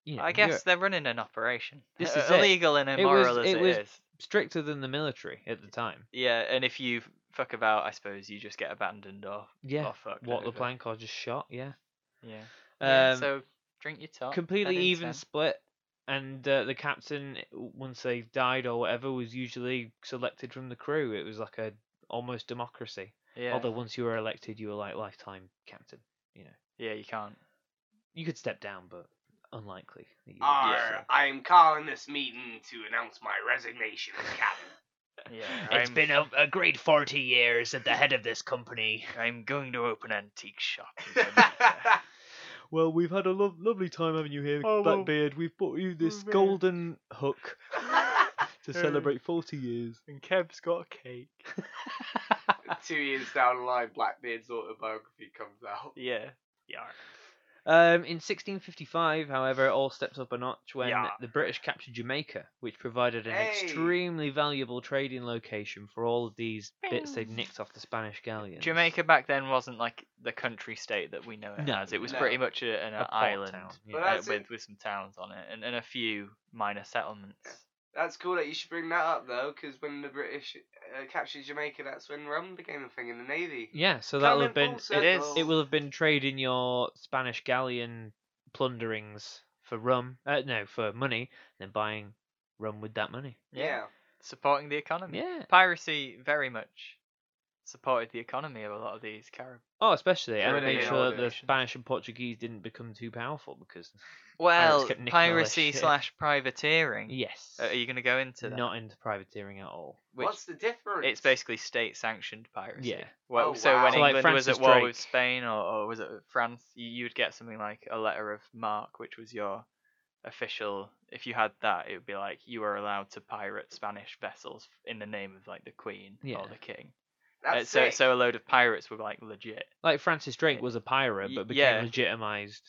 [SPEAKER 2] You know,
[SPEAKER 4] I guess
[SPEAKER 2] Europe-
[SPEAKER 4] they're running an operation.
[SPEAKER 2] This
[SPEAKER 4] Uh,
[SPEAKER 2] is it.
[SPEAKER 4] illegal and
[SPEAKER 2] was-
[SPEAKER 4] immoral as
[SPEAKER 2] it
[SPEAKER 4] it
[SPEAKER 2] was-
[SPEAKER 4] is.
[SPEAKER 2] stricter than the military at the time.
[SPEAKER 4] Yeah, and if you fuck about, I suppose you just get abandoned or,
[SPEAKER 2] Yeah.
[SPEAKER 4] or fucked.
[SPEAKER 2] What the
[SPEAKER 4] over.
[SPEAKER 2] plank or just shot, yeah.
[SPEAKER 4] Yeah.
[SPEAKER 2] Um,
[SPEAKER 4] Yeah, so drink your top.
[SPEAKER 2] completely
[SPEAKER 4] head in
[SPEAKER 2] even
[SPEAKER 4] 10.
[SPEAKER 2] split, and uh, the captain, once they died or whatever, was usually selected from the crew. It was like a almost democracy.
[SPEAKER 4] Yeah.
[SPEAKER 2] Although once you were elected, you were like lifetime captain. You know,
[SPEAKER 4] yeah, you can't.
[SPEAKER 2] you could step down, but unlikely. that you would do
[SPEAKER 4] Ah.
[SPEAKER 3] Arr,
[SPEAKER 2] so.
[SPEAKER 3] I'm Oh, calling this meeting to announce my resignation as captain.
[SPEAKER 4] Yeah.
[SPEAKER 2] It's
[SPEAKER 4] I'm,
[SPEAKER 2] been a, a great forty years at the head of this company.
[SPEAKER 4] I'm going to open an antique shop. in Jamaica.
[SPEAKER 3] That's
[SPEAKER 2] Well, we've had a lo- lovely time having you here,
[SPEAKER 4] Oh, well,
[SPEAKER 2] Blackbeard. We've bought you this
[SPEAKER 4] very-
[SPEAKER 2] golden hook to
[SPEAKER 4] Uh,
[SPEAKER 2] celebrate forty years.
[SPEAKER 4] and Kev's got a cake.
[SPEAKER 3] Two years down the line, Blackbeard's autobiography comes out.
[SPEAKER 4] yeah. Yeah.
[SPEAKER 2] Um, in 1655, however, it all steps up a notch when
[SPEAKER 4] Yeah.
[SPEAKER 2] the British captured Jamaica, which provided an
[SPEAKER 3] Hey.
[SPEAKER 2] extremely valuable trading location for all of these bits they'd nicked off the Spanish galleons.
[SPEAKER 4] Jamaica back then wasn't like the country state that we know it
[SPEAKER 2] No,
[SPEAKER 4] as. It was
[SPEAKER 3] no.
[SPEAKER 4] pretty much a, an
[SPEAKER 2] A port
[SPEAKER 4] island
[SPEAKER 2] town, yeah.
[SPEAKER 4] uh,
[SPEAKER 3] But that's
[SPEAKER 4] with,
[SPEAKER 3] it.
[SPEAKER 4] with some towns on it and, and a few minor settlements.
[SPEAKER 3] That's cool that you should bring that up though, because when the British uh, captured Jamaica, that's when rum became a thing in the navy.
[SPEAKER 2] Yeah, so that'll have
[SPEAKER 3] Coming
[SPEAKER 2] been
[SPEAKER 3] full
[SPEAKER 2] it,
[SPEAKER 4] is-
[SPEAKER 2] it will have been trading your Spanish galleon plunderings for rum, uh, no, for money, then buying rum with that money.
[SPEAKER 3] Yeah.
[SPEAKER 4] Supporting the economy.
[SPEAKER 2] Yeah.
[SPEAKER 4] Piracy very much supported the economy of a lot of these Carib.
[SPEAKER 2] Oh, especially and
[SPEAKER 3] Caribbean
[SPEAKER 2] make sure that the
[SPEAKER 4] organisations.
[SPEAKER 2] Spanish and Portuguese didn't become too powerful because
[SPEAKER 4] Well,
[SPEAKER 2] kept nicking all their
[SPEAKER 4] piracy
[SPEAKER 2] shit.
[SPEAKER 4] slash privateering.
[SPEAKER 2] yes,
[SPEAKER 4] Uh, are you going to go into that?
[SPEAKER 2] not into privateering at all.
[SPEAKER 4] Which
[SPEAKER 3] What's the difference?
[SPEAKER 4] it's basically state-sanctioned piracy.
[SPEAKER 2] Yeah.
[SPEAKER 4] Well,
[SPEAKER 3] Oh,
[SPEAKER 4] so
[SPEAKER 3] wow.
[SPEAKER 4] when
[SPEAKER 2] So, like,
[SPEAKER 4] England was at
[SPEAKER 2] Francis
[SPEAKER 4] war
[SPEAKER 2] Drake.
[SPEAKER 4] with Spain or, or was it France, you, you'd get something like a letter of marque, which was your official. If you had that, it would be like you were allowed to pirate Spanish vessels in the name of like the Queen
[SPEAKER 2] Yeah.
[SPEAKER 4] or the King. Uh,
[SPEAKER 3] That's
[SPEAKER 4] so
[SPEAKER 3] sick.
[SPEAKER 4] so a load of pirates were like legit.
[SPEAKER 2] Like Francis Drake was a pirate,
[SPEAKER 4] Y-
[SPEAKER 2] but became
[SPEAKER 4] yeah.
[SPEAKER 2] legitimized.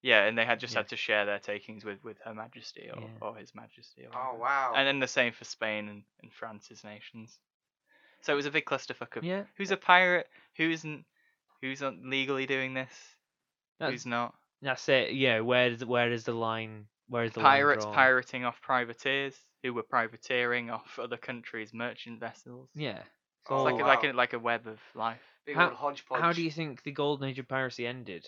[SPEAKER 4] Yeah, and they had just
[SPEAKER 2] Yeah.
[SPEAKER 4] had to share their takings with, with Her Majesty or,
[SPEAKER 2] Yeah.
[SPEAKER 4] or His Majesty. Or
[SPEAKER 3] Oh
[SPEAKER 4] whatever.
[SPEAKER 3] wow.
[SPEAKER 4] And then the same for Spain and, and France's nations. So it was a big clusterfuck of
[SPEAKER 2] Yeah,
[SPEAKER 4] who's a pirate, who isn't, who's not legally doing this,
[SPEAKER 2] that's,
[SPEAKER 4] who's not.
[SPEAKER 2] that's it. Yeah, where does where is the line? Where is the
[SPEAKER 4] Pirates
[SPEAKER 2] line drawn?
[SPEAKER 4] pirating off privateers who were privateering off other countries' merchant vessels.
[SPEAKER 2] Yeah.
[SPEAKER 3] Oh,
[SPEAKER 4] it's like a,
[SPEAKER 3] wow.
[SPEAKER 4] like a, like a web of life.
[SPEAKER 3] Big
[SPEAKER 2] how-
[SPEAKER 3] old hodgepodge.
[SPEAKER 2] How do you think the golden age of piracy ended?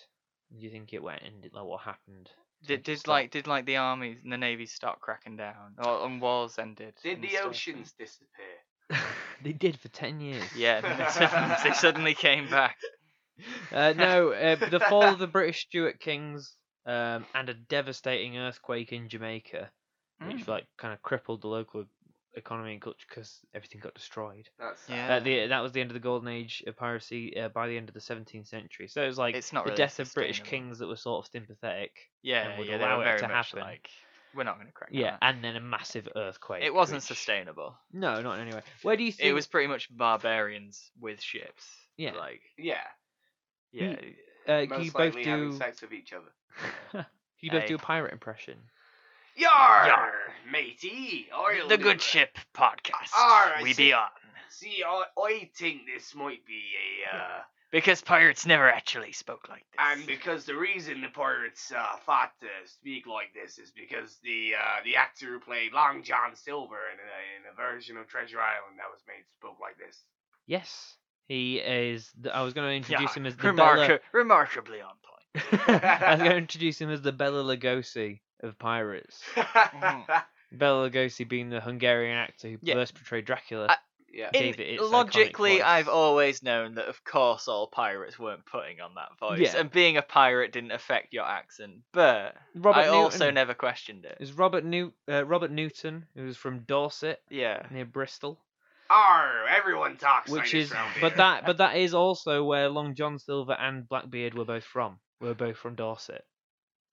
[SPEAKER 2] Do you think it went ended like what happened? to
[SPEAKER 4] Did
[SPEAKER 2] make it
[SPEAKER 4] did
[SPEAKER 2] stop?
[SPEAKER 4] like did like the armies and the navies start cracking down, or and wars ended?
[SPEAKER 3] Did
[SPEAKER 4] and
[SPEAKER 3] the
[SPEAKER 4] stuff,
[SPEAKER 3] oceans disappear?
[SPEAKER 2] they did for ten years?
[SPEAKER 4] and- Yeah, and they suddenly, they suddenly came back.
[SPEAKER 2] Uh, no, uh, the fall of the British Stuart kings um, and a devastating earthquake in Jamaica,
[SPEAKER 4] Hmm. Mm.
[SPEAKER 2] which like kind of crippled the local economy and culture because everything got destroyed.
[SPEAKER 3] That's
[SPEAKER 4] Yeah.
[SPEAKER 2] Uh, the, that was the end of the golden age of piracy uh, by the end of the 17th century. So it was like
[SPEAKER 4] It's not
[SPEAKER 2] the
[SPEAKER 4] really
[SPEAKER 2] death of British
[SPEAKER 4] sustainable.
[SPEAKER 2] kings that were sort of sympathetic.
[SPEAKER 4] Yeah,
[SPEAKER 2] would
[SPEAKER 4] yeah, they
[SPEAKER 2] allow
[SPEAKER 4] were
[SPEAKER 2] it
[SPEAKER 4] very
[SPEAKER 2] to
[SPEAKER 4] much
[SPEAKER 2] happen.
[SPEAKER 4] like we're not going to crack. down
[SPEAKER 2] Yeah,
[SPEAKER 4] on
[SPEAKER 2] and then a massive earthquake.
[SPEAKER 4] it. It wasn't
[SPEAKER 2] which-
[SPEAKER 4] sustainable.
[SPEAKER 2] No, not in any way. Where do you think
[SPEAKER 4] It was pretty much barbarians with ships.
[SPEAKER 2] Yeah.
[SPEAKER 4] like
[SPEAKER 3] Yeah.
[SPEAKER 4] yeah,
[SPEAKER 2] uh,
[SPEAKER 3] Most
[SPEAKER 2] you both
[SPEAKER 3] likely having
[SPEAKER 2] do?
[SPEAKER 3] sex with each other.
[SPEAKER 2] you both
[SPEAKER 4] Hey.
[SPEAKER 2] do a pirate impression.
[SPEAKER 3] Yar,
[SPEAKER 4] Yar.
[SPEAKER 3] matey, I'll
[SPEAKER 4] the
[SPEAKER 3] do
[SPEAKER 4] Good
[SPEAKER 3] it.
[SPEAKER 4] Ship podcast.
[SPEAKER 3] Alright,
[SPEAKER 4] we
[SPEAKER 3] so-
[SPEAKER 4] be on
[SPEAKER 3] See, I, I think this might be a. Uh,
[SPEAKER 4] because pirates never actually spoke like this.
[SPEAKER 3] And because the reason the pirates uh, thought to speak like this is because the uh, the actor who played Long John Silver in a, in a version of Treasure Island that was made spoke like this.
[SPEAKER 2] Yes, he is. The, I was going to introduce him as the
[SPEAKER 4] remarca-
[SPEAKER 2] Bella.
[SPEAKER 4] remarkably on point.
[SPEAKER 2] I was going to introduce him as the Bella Lugosi of pirates. Mm. Bela Lugosi being the Hungarian actor who
[SPEAKER 4] Yeah.
[SPEAKER 2] first portrayed Dracula.
[SPEAKER 4] I-
[SPEAKER 3] yeah.
[SPEAKER 2] In- David, it's
[SPEAKER 4] logically,
[SPEAKER 2] iconic
[SPEAKER 4] I've
[SPEAKER 2] voice.
[SPEAKER 4] always known that, of course, all pirates weren't putting on that voice,
[SPEAKER 2] Yeah.
[SPEAKER 4] and being a pirate didn't affect your accent. But
[SPEAKER 2] Robert
[SPEAKER 4] I also
[SPEAKER 2] Newton.
[SPEAKER 4] never questioned it.
[SPEAKER 2] is Robert New uh, Robert Newton, who's from Dorset
[SPEAKER 4] Yeah,
[SPEAKER 2] near Bristol,
[SPEAKER 3] Arr, everyone talks like
[SPEAKER 2] which
[SPEAKER 3] this
[SPEAKER 2] is
[SPEAKER 3] round
[SPEAKER 2] but
[SPEAKER 3] here.
[SPEAKER 2] that but that is also where Long John Silver and Blackbeard were both from. Were both from Dorset,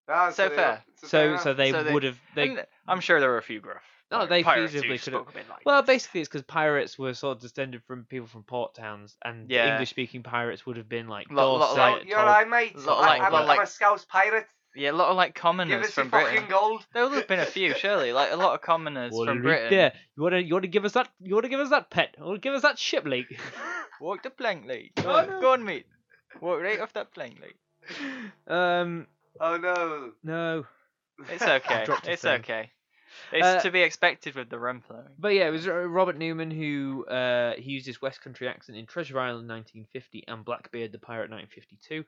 [SPEAKER 3] Ah,
[SPEAKER 4] so
[SPEAKER 3] they-
[SPEAKER 4] fair.
[SPEAKER 2] so so they
[SPEAKER 4] So they-
[SPEAKER 2] would have they.
[SPEAKER 4] And I'm sure there were a few gruff.
[SPEAKER 2] Oh,
[SPEAKER 4] pirate-
[SPEAKER 2] they
[SPEAKER 4] pirates who
[SPEAKER 2] feasibly could have-
[SPEAKER 4] spoke a bit like
[SPEAKER 2] Well,
[SPEAKER 4] this.
[SPEAKER 2] basically, it's because pirates were sort of descended from people from port towns, and
[SPEAKER 4] Yeah.
[SPEAKER 2] English-speaking pirates would have been like
[SPEAKER 4] Lot- lot-
[SPEAKER 2] Dorset.
[SPEAKER 3] So,
[SPEAKER 4] like-
[SPEAKER 3] you're right, mate.
[SPEAKER 4] lot
[SPEAKER 3] I-
[SPEAKER 4] like-
[SPEAKER 3] I'm,
[SPEAKER 4] lot
[SPEAKER 3] a,
[SPEAKER 4] like-
[SPEAKER 3] I'm a Scouse pirate.
[SPEAKER 4] yeah, a lot of like
[SPEAKER 3] Give
[SPEAKER 4] commoners
[SPEAKER 3] us your
[SPEAKER 4] from
[SPEAKER 3] fucking
[SPEAKER 4] Britain.
[SPEAKER 3] gold.
[SPEAKER 4] There would have been a few, surely. Like a lot of commoners
[SPEAKER 2] Well,
[SPEAKER 4] from
[SPEAKER 2] leak
[SPEAKER 4] Britain.
[SPEAKER 2] There. You want to you want to give us that you want to give us that pet or give us that ship leak.
[SPEAKER 4] Walk the plank, Lee.
[SPEAKER 2] Go
[SPEAKER 4] Go
[SPEAKER 2] on,
[SPEAKER 4] on, go on, mate. Walk right off that plank, Lee.
[SPEAKER 2] um,
[SPEAKER 3] Oh no.
[SPEAKER 2] no.
[SPEAKER 4] It's okay.
[SPEAKER 2] Dropped a
[SPEAKER 4] it's
[SPEAKER 2] thing.
[SPEAKER 4] okay. It's
[SPEAKER 2] Uh,
[SPEAKER 4] to be expected with the rum flowing.
[SPEAKER 2] But yeah, it was uh, Robert Newman who uh, he used his West Country accent in Treasure Island 1950 and Blackbeard the Pirate 1952,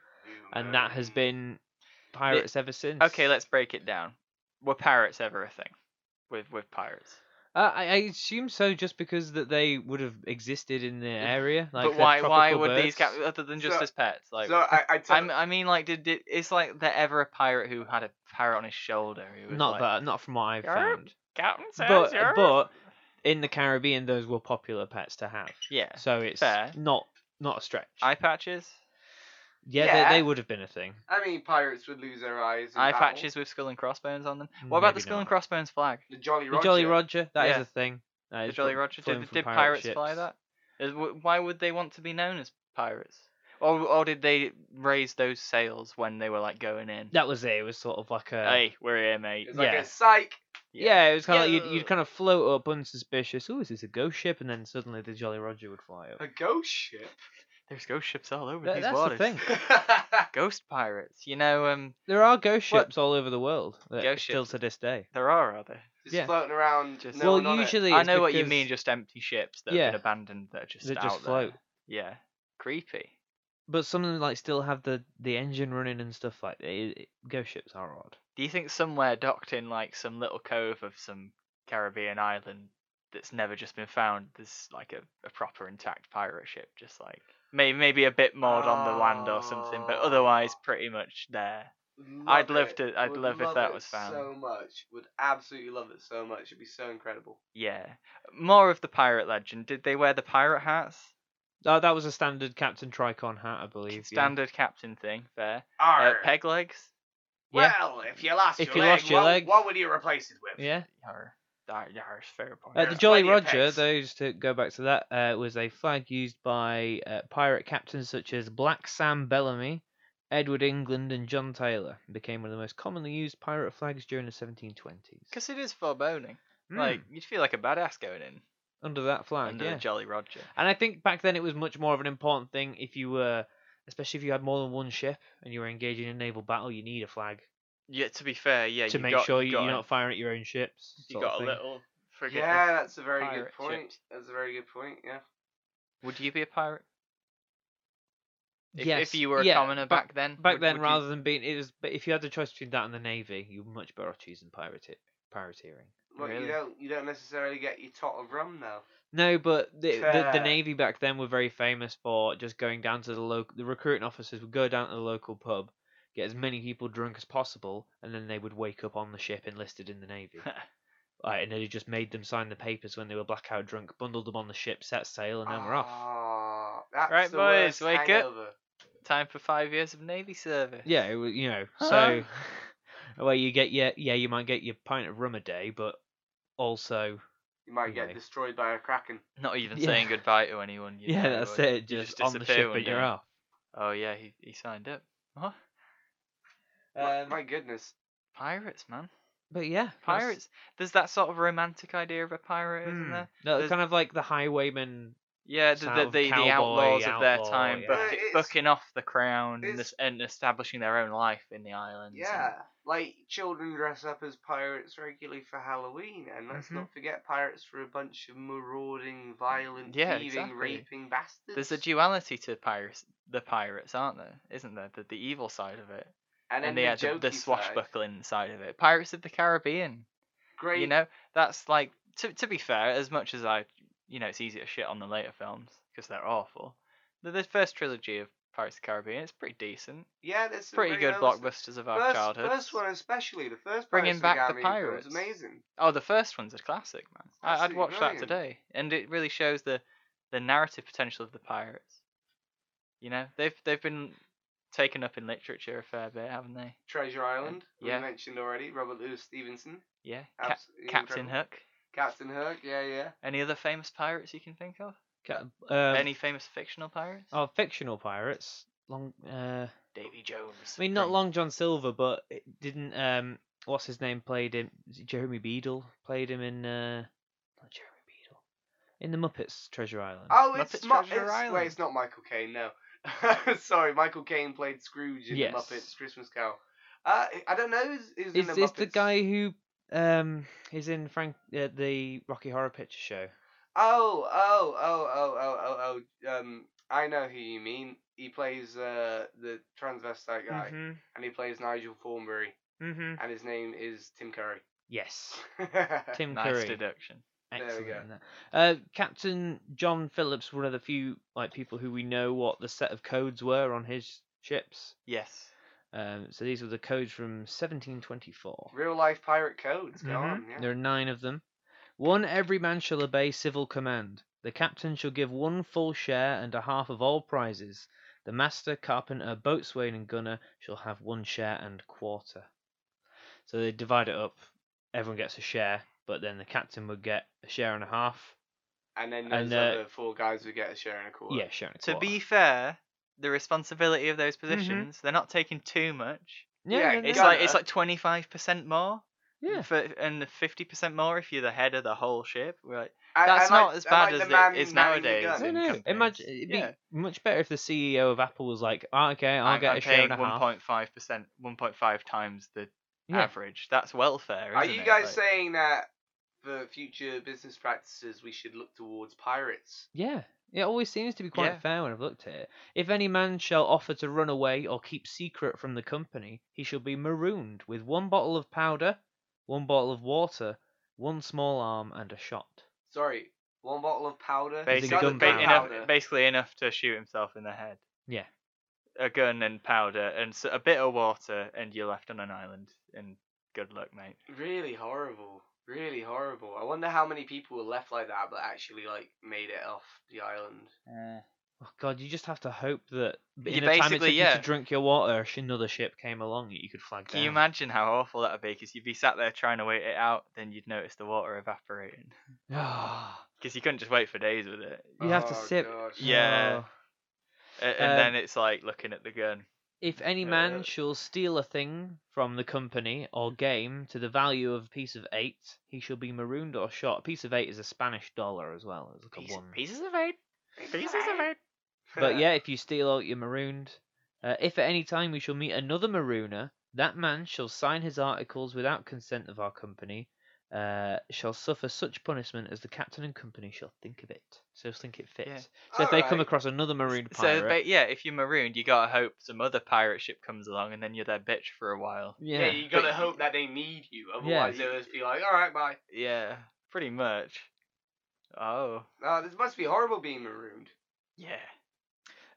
[SPEAKER 2] and that has been pirates ever since.
[SPEAKER 4] Ah. Okay, let's break it down. Were parrots ever a thing? With with pirates.
[SPEAKER 2] Uh, I, I assume so, just because that they would have existed in the area. Like
[SPEAKER 4] but
[SPEAKER 2] they're
[SPEAKER 4] why why
[SPEAKER 2] tropical
[SPEAKER 4] would these
[SPEAKER 2] birds.
[SPEAKER 4] cap- other than just
[SPEAKER 3] So-
[SPEAKER 4] as pets? Like
[SPEAKER 3] so I, I tell-
[SPEAKER 4] I'm, I mean, like, did, did it's like there ever a pirate who had a parrot on his shoulder? Who was
[SPEAKER 2] Not
[SPEAKER 4] like,
[SPEAKER 2] that, not from what I've
[SPEAKER 4] "Yarp,
[SPEAKER 2] found.
[SPEAKER 4] Captain says
[SPEAKER 2] But
[SPEAKER 4] you're-"
[SPEAKER 2] but in the Caribbean, those were popular pets to have.
[SPEAKER 4] yeah,
[SPEAKER 2] So it's
[SPEAKER 4] fair.
[SPEAKER 2] not not a stretch.
[SPEAKER 4] eye patches,
[SPEAKER 2] yeah,
[SPEAKER 3] Yeah.
[SPEAKER 2] They, they would have been a thing.
[SPEAKER 3] I mean, pirates would lose their eyes. in
[SPEAKER 4] eye
[SPEAKER 3] battle.
[SPEAKER 4] patches with skull and crossbones on them. What about
[SPEAKER 2] Mm, Maybe
[SPEAKER 4] the skull and
[SPEAKER 2] not.
[SPEAKER 4] crossbones flag?
[SPEAKER 3] The Jolly
[SPEAKER 2] The
[SPEAKER 3] Roger.
[SPEAKER 2] Jolly Roger, that is
[SPEAKER 4] Yeah.
[SPEAKER 2] a thing. That
[SPEAKER 4] The
[SPEAKER 2] is
[SPEAKER 4] Jolly
[SPEAKER 2] fl-
[SPEAKER 4] Roger.
[SPEAKER 2] flown
[SPEAKER 4] Did,
[SPEAKER 2] from
[SPEAKER 4] did
[SPEAKER 2] pirate
[SPEAKER 4] pirates fly
[SPEAKER 2] ships.
[SPEAKER 4] that? Is- wh- Why would they want to be known as pirates? Or or did they raise those sails when they were like going in?
[SPEAKER 2] That was it. It was sort of like a
[SPEAKER 4] Hey, we're here, mate.
[SPEAKER 3] It's like
[SPEAKER 2] Yeah.
[SPEAKER 3] a psych.
[SPEAKER 2] yeah. It was kind of like you'd,
[SPEAKER 4] Yeah.
[SPEAKER 2] you'd kind of float up unsuspicious. Oh, is this a ghost ship? And then suddenly the Jolly Roger would fly up.
[SPEAKER 3] A ghost ship.
[SPEAKER 4] There's ghost ships all over
[SPEAKER 2] Th-
[SPEAKER 4] these
[SPEAKER 2] that's
[SPEAKER 4] waters.
[SPEAKER 2] the thing.
[SPEAKER 4] Ghost pirates. You know, um,
[SPEAKER 2] There are ghost
[SPEAKER 4] What-
[SPEAKER 2] ships all over the world. that-
[SPEAKER 4] Ghost
[SPEAKER 2] still
[SPEAKER 4] ships.
[SPEAKER 2] to this day.
[SPEAKER 4] there are, are there?
[SPEAKER 3] Just
[SPEAKER 2] Yeah.
[SPEAKER 3] floating around.
[SPEAKER 4] Just-
[SPEAKER 3] Just no one
[SPEAKER 2] well,
[SPEAKER 3] on it.
[SPEAKER 2] usually
[SPEAKER 4] I
[SPEAKER 2] it's
[SPEAKER 4] know what you
[SPEAKER 2] because
[SPEAKER 4] mean, just empty ships that
[SPEAKER 2] Yeah.
[SPEAKER 4] have been abandoned that are just
[SPEAKER 2] they
[SPEAKER 4] out
[SPEAKER 2] just
[SPEAKER 4] there.
[SPEAKER 2] float.
[SPEAKER 4] Yeah, creepy.
[SPEAKER 2] But some of them like still have the the engine running and stuff like that. It- it- ghost ships are odd.
[SPEAKER 4] Do you think somewhere docked in like some little cove of some Caribbean island that's never just been found, there's like a, a proper intact pirate ship, just like maybe maybe a bit moored on the land or something, but otherwise pretty much there. I'd
[SPEAKER 3] Love
[SPEAKER 4] love
[SPEAKER 3] it.
[SPEAKER 4] to- I'd
[SPEAKER 3] Would
[SPEAKER 4] love if that
[SPEAKER 3] it
[SPEAKER 4] was found.
[SPEAKER 3] So much. Would absolutely love it so much. It'd be so incredible.
[SPEAKER 4] Yeah, more of the pirate legend. Did they wear the pirate hats?
[SPEAKER 2] Oh, that was a standard Captain Tricon hat, I believe. yeah.
[SPEAKER 4] Standard captain thing. Fair. Uh,
[SPEAKER 3] Arr.
[SPEAKER 4] peg legs.
[SPEAKER 2] yeah.
[SPEAKER 3] Well, if you lost
[SPEAKER 2] If
[SPEAKER 3] your
[SPEAKER 2] you
[SPEAKER 3] leg,
[SPEAKER 2] lost your
[SPEAKER 3] what,
[SPEAKER 2] leg-
[SPEAKER 3] what would you replace it with?
[SPEAKER 2] Yeah.
[SPEAKER 4] Yar, yar, yar, it's fair point.
[SPEAKER 2] Uh, the
[SPEAKER 3] There's
[SPEAKER 2] Jolly
[SPEAKER 3] plenty of
[SPEAKER 2] Roger,
[SPEAKER 3] pegs.
[SPEAKER 2] those to go back to that, uh, was a flag used by uh, pirate captains such as Black Sam Bellamy, Edward England, and John Taylor. It became one of the most commonly used pirate flags during the 1720s.
[SPEAKER 4] Because it is foreboding.
[SPEAKER 2] Hmm,
[SPEAKER 4] Like you'd feel like a badass going in
[SPEAKER 2] under that flag,
[SPEAKER 4] under
[SPEAKER 2] yeah.
[SPEAKER 4] the Jolly Roger.
[SPEAKER 2] And I think back then it was much more of an important thing if you were, especially if you had more than one ship and you were engaging in naval battle, you need a flag
[SPEAKER 4] Yeah, to be fair, yeah.
[SPEAKER 2] to
[SPEAKER 4] you
[SPEAKER 2] make
[SPEAKER 4] got-
[SPEAKER 2] sure
[SPEAKER 4] you
[SPEAKER 2] you,
[SPEAKER 4] got
[SPEAKER 2] you're
[SPEAKER 4] a-
[SPEAKER 2] not firing at your own ships.
[SPEAKER 4] You
[SPEAKER 2] sort
[SPEAKER 4] got
[SPEAKER 2] of
[SPEAKER 4] a
[SPEAKER 2] thing.
[SPEAKER 4] little friggate.
[SPEAKER 3] Yeah, that's a very good
[SPEAKER 4] pirate
[SPEAKER 3] point.
[SPEAKER 4] ships.
[SPEAKER 3] That's a very good point. Yeah.
[SPEAKER 4] Would you be a pirate? If, if
[SPEAKER 2] Yes,
[SPEAKER 4] you were a
[SPEAKER 2] yeah,
[SPEAKER 4] commoner
[SPEAKER 2] back-
[SPEAKER 4] back, then?
[SPEAKER 2] Back
[SPEAKER 4] would-
[SPEAKER 2] then,
[SPEAKER 4] would you-
[SPEAKER 2] rather than being it was, but if you had the choice between that and the navy, you were much better off choosing pirate pirateering.
[SPEAKER 3] Well,
[SPEAKER 4] Really?
[SPEAKER 3] you don't you don't necessarily get your tot of rum now.
[SPEAKER 2] No, but the, the the
[SPEAKER 3] Fair.
[SPEAKER 2] navy back then were very famous for just going down to the local. The recruiting officers would go down to the local pub, get as many people drunk as possible, and then they would wake up on the ship enlisted in the navy. Like, and they just made them sign the papers when they were blackout drunk, bundled them on the ship, set sail, and then we're off.
[SPEAKER 3] Ah, that's
[SPEAKER 4] Right,
[SPEAKER 3] the
[SPEAKER 4] boys,
[SPEAKER 3] worst
[SPEAKER 4] wake up.
[SPEAKER 3] hangover.
[SPEAKER 4] time for five years of navy service.
[SPEAKER 2] Yeah, it, wa- you know.
[SPEAKER 4] Huh?
[SPEAKER 2] So, well, you get your yeah, you might get your pint of rum a day, but also
[SPEAKER 3] You might get
[SPEAKER 2] Anyway.
[SPEAKER 3] destroyed by a kraken.
[SPEAKER 4] Not even
[SPEAKER 2] Yeah.
[SPEAKER 4] saying goodbye to anyone. You
[SPEAKER 2] yeah,
[SPEAKER 4] know,
[SPEAKER 2] that's
[SPEAKER 4] or-
[SPEAKER 2] it.
[SPEAKER 4] you
[SPEAKER 2] Just, on the
[SPEAKER 4] disappear
[SPEAKER 2] ship,
[SPEAKER 4] one
[SPEAKER 2] but you're
[SPEAKER 4] day.
[SPEAKER 2] off.
[SPEAKER 4] Oh yeah, he he signed up. What?
[SPEAKER 3] My-
[SPEAKER 4] Um,
[SPEAKER 3] my goodness.
[SPEAKER 4] Pirates, man.
[SPEAKER 2] But yeah,
[SPEAKER 4] Pirates. There's that sort of romantic idea of a pirate,
[SPEAKER 2] that's-
[SPEAKER 4] isn't
[SPEAKER 2] Hmm.
[SPEAKER 4] there?
[SPEAKER 2] No,
[SPEAKER 4] There's-
[SPEAKER 2] kind of like the highwayman.
[SPEAKER 4] Yeah, the
[SPEAKER 2] Sort
[SPEAKER 4] the,
[SPEAKER 2] of
[SPEAKER 4] the,
[SPEAKER 2] cowboy,
[SPEAKER 4] the outlaws of their
[SPEAKER 2] outlaw,
[SPEAKER 4] time,
[SPEAKER 2] yeah.
[SPEAKER 4] buck-
[SPEAKER 3] But it's-
[SPEAKER 4] bucking off the crown and,
[SPEAKER 3] it's-
[SPEAKER 4] es- and establishing their own life in the islands. and-
[SPEAKER 3] Yeah, like children dress up as pirates regularly for Halloween, and let's
[SPEAKER 4] Mm-hmm.
[SPEAKER 3] not forget pirates were a bunch of marauding, violent,
[SPEAKER 4] Yeah,
[SPEAKER 3] thieving,
[SPEAKER 4] exactly.
[SPEAKER 3] raping bastards.
[SPEAKER 4] There's a duality to pirates, the pirates, aren't there? Isn't there? The, the evil side of it,
[SPEAKER 3] and,
[SPEAKER 4] and,
[SPEAKER 3] then
[SPEAKER 4] the, uh, the, the
[SPEAKER 3] jokey side.
[SPEAKER 4] swashbuckling side of it. Pirates of the Caribbean.
[SPEAKER 3] Great.
[SPEAKER 4] You know, that's like to to be fair, as much as I, you know, it's easy to shit on the later films because they're awful. The, the first trilogy of Pirates of the Caribbean, it's pretty decent,
[SPEAKER 3] yeah, that's a
[SPEAKER 4] pretty
[SPEAKER 3] very
[SPEAKER 4] good
[SPEAKER 3] nice-
[SPEAKER 4] blockbusters of our
[SPEAKER 3] First,
[SPEAKER 4] childhood.
[SPEAKER 3] first one especially, the first
[SPEAKER 4] Bringing
[SPEAKER 3] Pirates
[SPEAKER 4] back
[SPEAKER 3] of
[SPEAKER 4] the
[SPEAKER 3] the Caribbean film
[SPEAKER 4] pirates.
[SPEAKER 3] was amazing.
[SPEAKER 4] Oh, the first one's a classic, man. I, I'd
[SPEAKER 3] Absolutely
[SPEAKER 4] watch that
[SPEAKER 3] brilliant.
[SPEAKER 4] today, and it really shows the the narrative potential of the pirates. You know, they've they've been taken up in literature a fair bit, haven't they?
[SPEAKER 3] Treasure Island,
[SPEAKER 4] Yeah.
[SPEAKER 3] we mentioned already. Robert Louis Stevenson,
[SPEAKER 4] Yeah, Cap-
[SPEAKER 3] absolutely
[SPEAKER 4] Captain
[SPEAKER 3] incredible.
[SPEAKER 4] Hook.
[SPEAKER 3] Captain Hook, yeah, yeah.
[SPEAKER 4] Any other famous pirates you can think of?
[SPEAKER 2] ca- Um,
[SPEAKER 4] Any famous fictional pirates?
[SPEAKER 2] Oh, fictional pirates. Long. Uh,
[SPEAKER 4] Davy Jones.
[SPEAKER 2] I mean, not
[SPEAKER 4] from-
[SPEAKER 2] Long John Silver, but it didn't. Um, what's his name? Played him. is it Jeremy Beadle played him in. Uh, not Jeremy Beadle. In the Muppets Treasure Island.
[SPEAKER 3] Oh,
[SPEAKER 4] Muppets
[SPEAKER 3] it's, Ma-
[SPEAKER 4] Treasure
[SPEAKER 3] it's
[SPEAKER 4] Island.
[SPEAKER 3] wait, it's not Michael Caine. No, sorry, Michael Caine played Scrooge in
[SPEAKER 2] Yes.
[SPEAKER 3] the Muppets Christmas Carol. Uh, I don't know. Who's, who's in
[SPEAKER 2] is
[SPEAKER 3] the
[SPEAKER 2] this the
[SPEAKER 3] Muppets.
[SPEAKER 2] guy who um, is in Frank uh, the Rocky Horror Picture Show.
[SPEAKER 3] Oh, oh, oh, oh, oh, oh, oh. Um, I know who you mean. He plays uh, the transvestite guy,
[SPEAKER 2] Mm-hmm.
[SPEAKER 3] and he plays Nigel Thornberry,
[SPEAKER 2] Mm-hmm.
[SPEAKER 3] and his name is Tim Curry.
[SPEAKER 2] Yes, Tim
[SPEAKER 4] nice
[SPEAKER 2] Curry.
[SPEAKER 4] deduction.
[SPEAKER 3] There we
[SPEAKER 2] Excellent.
[SPEAKER 3] go.
[SPEAKER 2] in that. Uh, Captain John Phillips, one of the few like people who we know what the set of codes were on his ships.
[SPEAKER 4] Yes.
[SPEAKER 2] Um, so these were the codes from 1724.
[SPEAKER 3] Real life pirate codes. Go
[SPEAKER 4] Mm-hmm.
[SPEAKER 2] Mhm.
[SPEAKER 3] on. Yeah.
[SPEAKER 2] There are nine of them. One every man shall obey civil command. The captain shall give one full share and a half of all prizes. The master, carpenter, boatswain, and gunner shall have one share and quarter. So they divide it up. Everyone gets a share, but then the captain would get a share and a half.
[SPEAKER 3] And then those
[SPEAKER 2] And, uh,
[SPEAKER 3] other four guys would get a share and a quarter.
[SPEAKER 2] Yeah, share and a
[SPEAKER 4] To
[SPEAKER 2] quarter.
[SPEAKER 4] be fair, the responsibility of those
[SPEAKER 2] Mm-hmm.
[SPEAKER 4] positions, they're not taking too much.
[SPEAKER 3] yeah,
[SPEAKER 2] no, no,
[SPEAKER 4] It's
[SPEAKER 2] no.
[SPEAKER 3] Gunner.
[SPEAKER 4] like it's like twenty five percent more.
[SPEAKER 2] Yeah.
[SPEAKER 4] For, and fifty percent more if you're the head of the whole ship. Right.
[SPEAKER 3] I-
[SPEAKER 4] That's
[SPEAKER 3] I like-
[SPEAKER 4] not as
[SPEAKER 3] I
[SPEAKER 4] bad
[SPEAKER 3] like
[SPEAKER 4] as
[SPEAKER 3] the
[SPEAKER 4] it
[SPEAKER 3] man
[SPEAKER 4] is
[SPEAKER 3] manning the
[SPEAKER 4] nowadays.
[SPEAKER 2] No,
[SPEAKER 3] gun.
[SPEAKER 4] in
[SPEAKER 2] no.
[SPEAKER 4] companies.
[SPEAKER 2] Imagine it'd be
[SPEAKER 4] Yeah.
[SPEAKER 2] much better if the CEO of Apple was like, oh, "Okay, I'll
[SPEAKER 4] I'm,
[SPEAKER 2] get
[SPEAKER 4] I'm
[SPEAKER 2] a share
[SPEAKER 4] paying
[SPEAKER 2] and a
[SPEAKER 4] one
[SPEAKER 2] half."
[SPEAKER 4] point five percent, one point five times the
[SPEAKER 2] Yeah.
[SPEAKER 4] average. That's welfare.
[SPEAKER 3] Are
[SPEAKER 4] isn't
[SPEAKER 3] you
[SPEAKER 4] it?
[SPEAKER 3] guys
[SPEAKER 4] Like-
[SPEAKER 3] saying that for future business practices we should look towards pirates?
[SPEAKER 2] Yeah. It always seems to be quite
[SPEAKER 4] Yeah.
[SPEAKER 2] fair when I've looked at it. If any man shall offer to run away or keep secret from the company, he shall be marooned with one bottle of powder, one bottle of water, one small arm, and a shot.
[SPEAKER 3] Sorry, one bottle of powder.
[SPEAKER 2] Basic
[SPEAKER 4] basically,
[SPEAKER 2] gun
[SPEAKER 3] Gun and
[SPEAKER 4] ba-
[SPEAKER 2] powder.
[SPEAKER 4] enough,
[SPEAKER 3] gunpowder.
[SPEAKER 4] basically enough to shoot himself in the head.
[SPEAKER 2] Yeah.
[SPEAKER 4] A gun and powder and s- a bit of water, and you're left on an island. And good luck, mate.
[SPEAKER 3] Really horrible. Really horrible. I wonder how many people were left like that, but actually like made it off the island.
[SPEAKER 2] Oh God, you just have to hope that in
[SPEAKER 4] You
[SPEAKER 2] the time it
[SPEAKER 4] basically-
[SPEAKER 2] took you
[SPEAKER 4] yeah.
[SPEAKER 2] to drink your water, sh- another ship came along that you could flag
[SPEAKER 4] Can
[SPEAKER 2] down.
[SPEAKER 4] you imagine how awful that would be? Because you'd be sat there trying to wait it out, then you'd notice the water evaporating. Because you couldn't just wait for days with it.
[SPEAKER 2] you have to
[SPEAKER 3] Oh,
[SPEAKER 2] sip.
[SPEAKER 3] gosh.
[SPEAKER 4] Yeah.
[SPEAKER 2] Oh.
[SPEAKER 4] A- And,
[SPEAKER 2] Uh,
[SPEAKER 4] then it's like looking at the gun.
[SPEAKER 2] If any
[SPEAKER 4] Yeah,
[SPEAKER 2] man
[SPEAKER 4] yeah.
[SPEAKER 2] shall steal a thing from the company or game to the value of a piece of eight, he shall be marooned or shot. A piece of eight is a Spanish dollar as well. It's like a one.
[SPEAKER 4] pieces of eight. Pieces of eight.
[SPEAKER 2] But yeah, if you steal out, you're marooned. Uh, if at any time we shall meet another marooner, that man shall sign his articles without consent of our company, uh, shall suffer such punishment as the captain and company shall think of it. So think it fits.
[SPEAKER 4] Yeah.
[SPEAKER 2] So if they come
[SPEAKER 3] Alright.
[SPEAKER 2] across another marooned pirate,
[SPEAKER 4] So ba- yeah, if you're marooned, you gotta hope some other pirate ship comes along, and then you're their bitch for a while.
[SPEAKER 3] Yeah,
[SPEAKER 2] yeah,
[SPEAKER 3] you gotta
[SPEAKER 4] But-
[SPEAKER 3] hope that they need you, otherwise they'll just be like, alright, bye.
[SPEAKER 4] Yeah, pretty much. Oh,
[SPEAKER 3] Oh, this must be horrible being marooned.
[SPEAKER 4] yeah.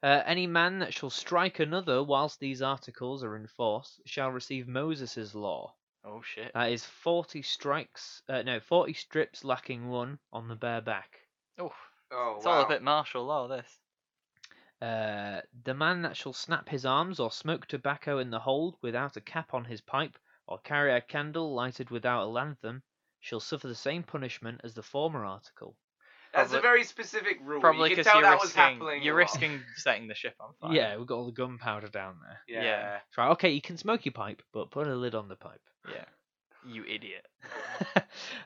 [SPEAKER 2] Uh, any man that shall strike another whilst these articles are in force shall receive Moses' law.
[SPEAKER 4] Oh shit.
[SPEAKER 2] That is forty strikes, uh, no, forty strips lacking one on the bare back.
[SPEAKER 4] Oh,
[SPEAKER 3] Oh,
[SPEAKER 4] it's
[SPEAKER 3] wow.
[SPEAKER 4] all a bit martial law. This.
[SPEAKER 2] Uh, the man that shall snap his arms or smoke tobacco in the hold without a cap on his pipe, or carry a candle lighted without a lanthorn, shall suffer the same punishment as the former article.
[SPEAKER 3] That's a
[SPEAKER 4] Probably-
[SPEAKER 3] very specific rule.
[SPEAKER 4] Probably
[SPEAKER 3] you can
[SPEAKER 4] because
[SPEAKER 3] tell
[SPEAKER 4] you're
[SPEAKER 3] that was
[SPEAKER 4] risking
[SPEAKER 3] happening.
[SPEAKER 4] you're
[SPEAKER 3] a lot.
[SPEAKER 4] risking setting the ship on fire.
[SPEAKER 2] Yeah, we've got all the gunpowder down there.
[SPEAKER 3] Yeah.
[SPEAKER 4] yeah.
[SPEAKER 2] It's right, okay, you can smoke your pipe, but put a lid on the pipe.
[SPEAKER 4] Yeah. You idiot.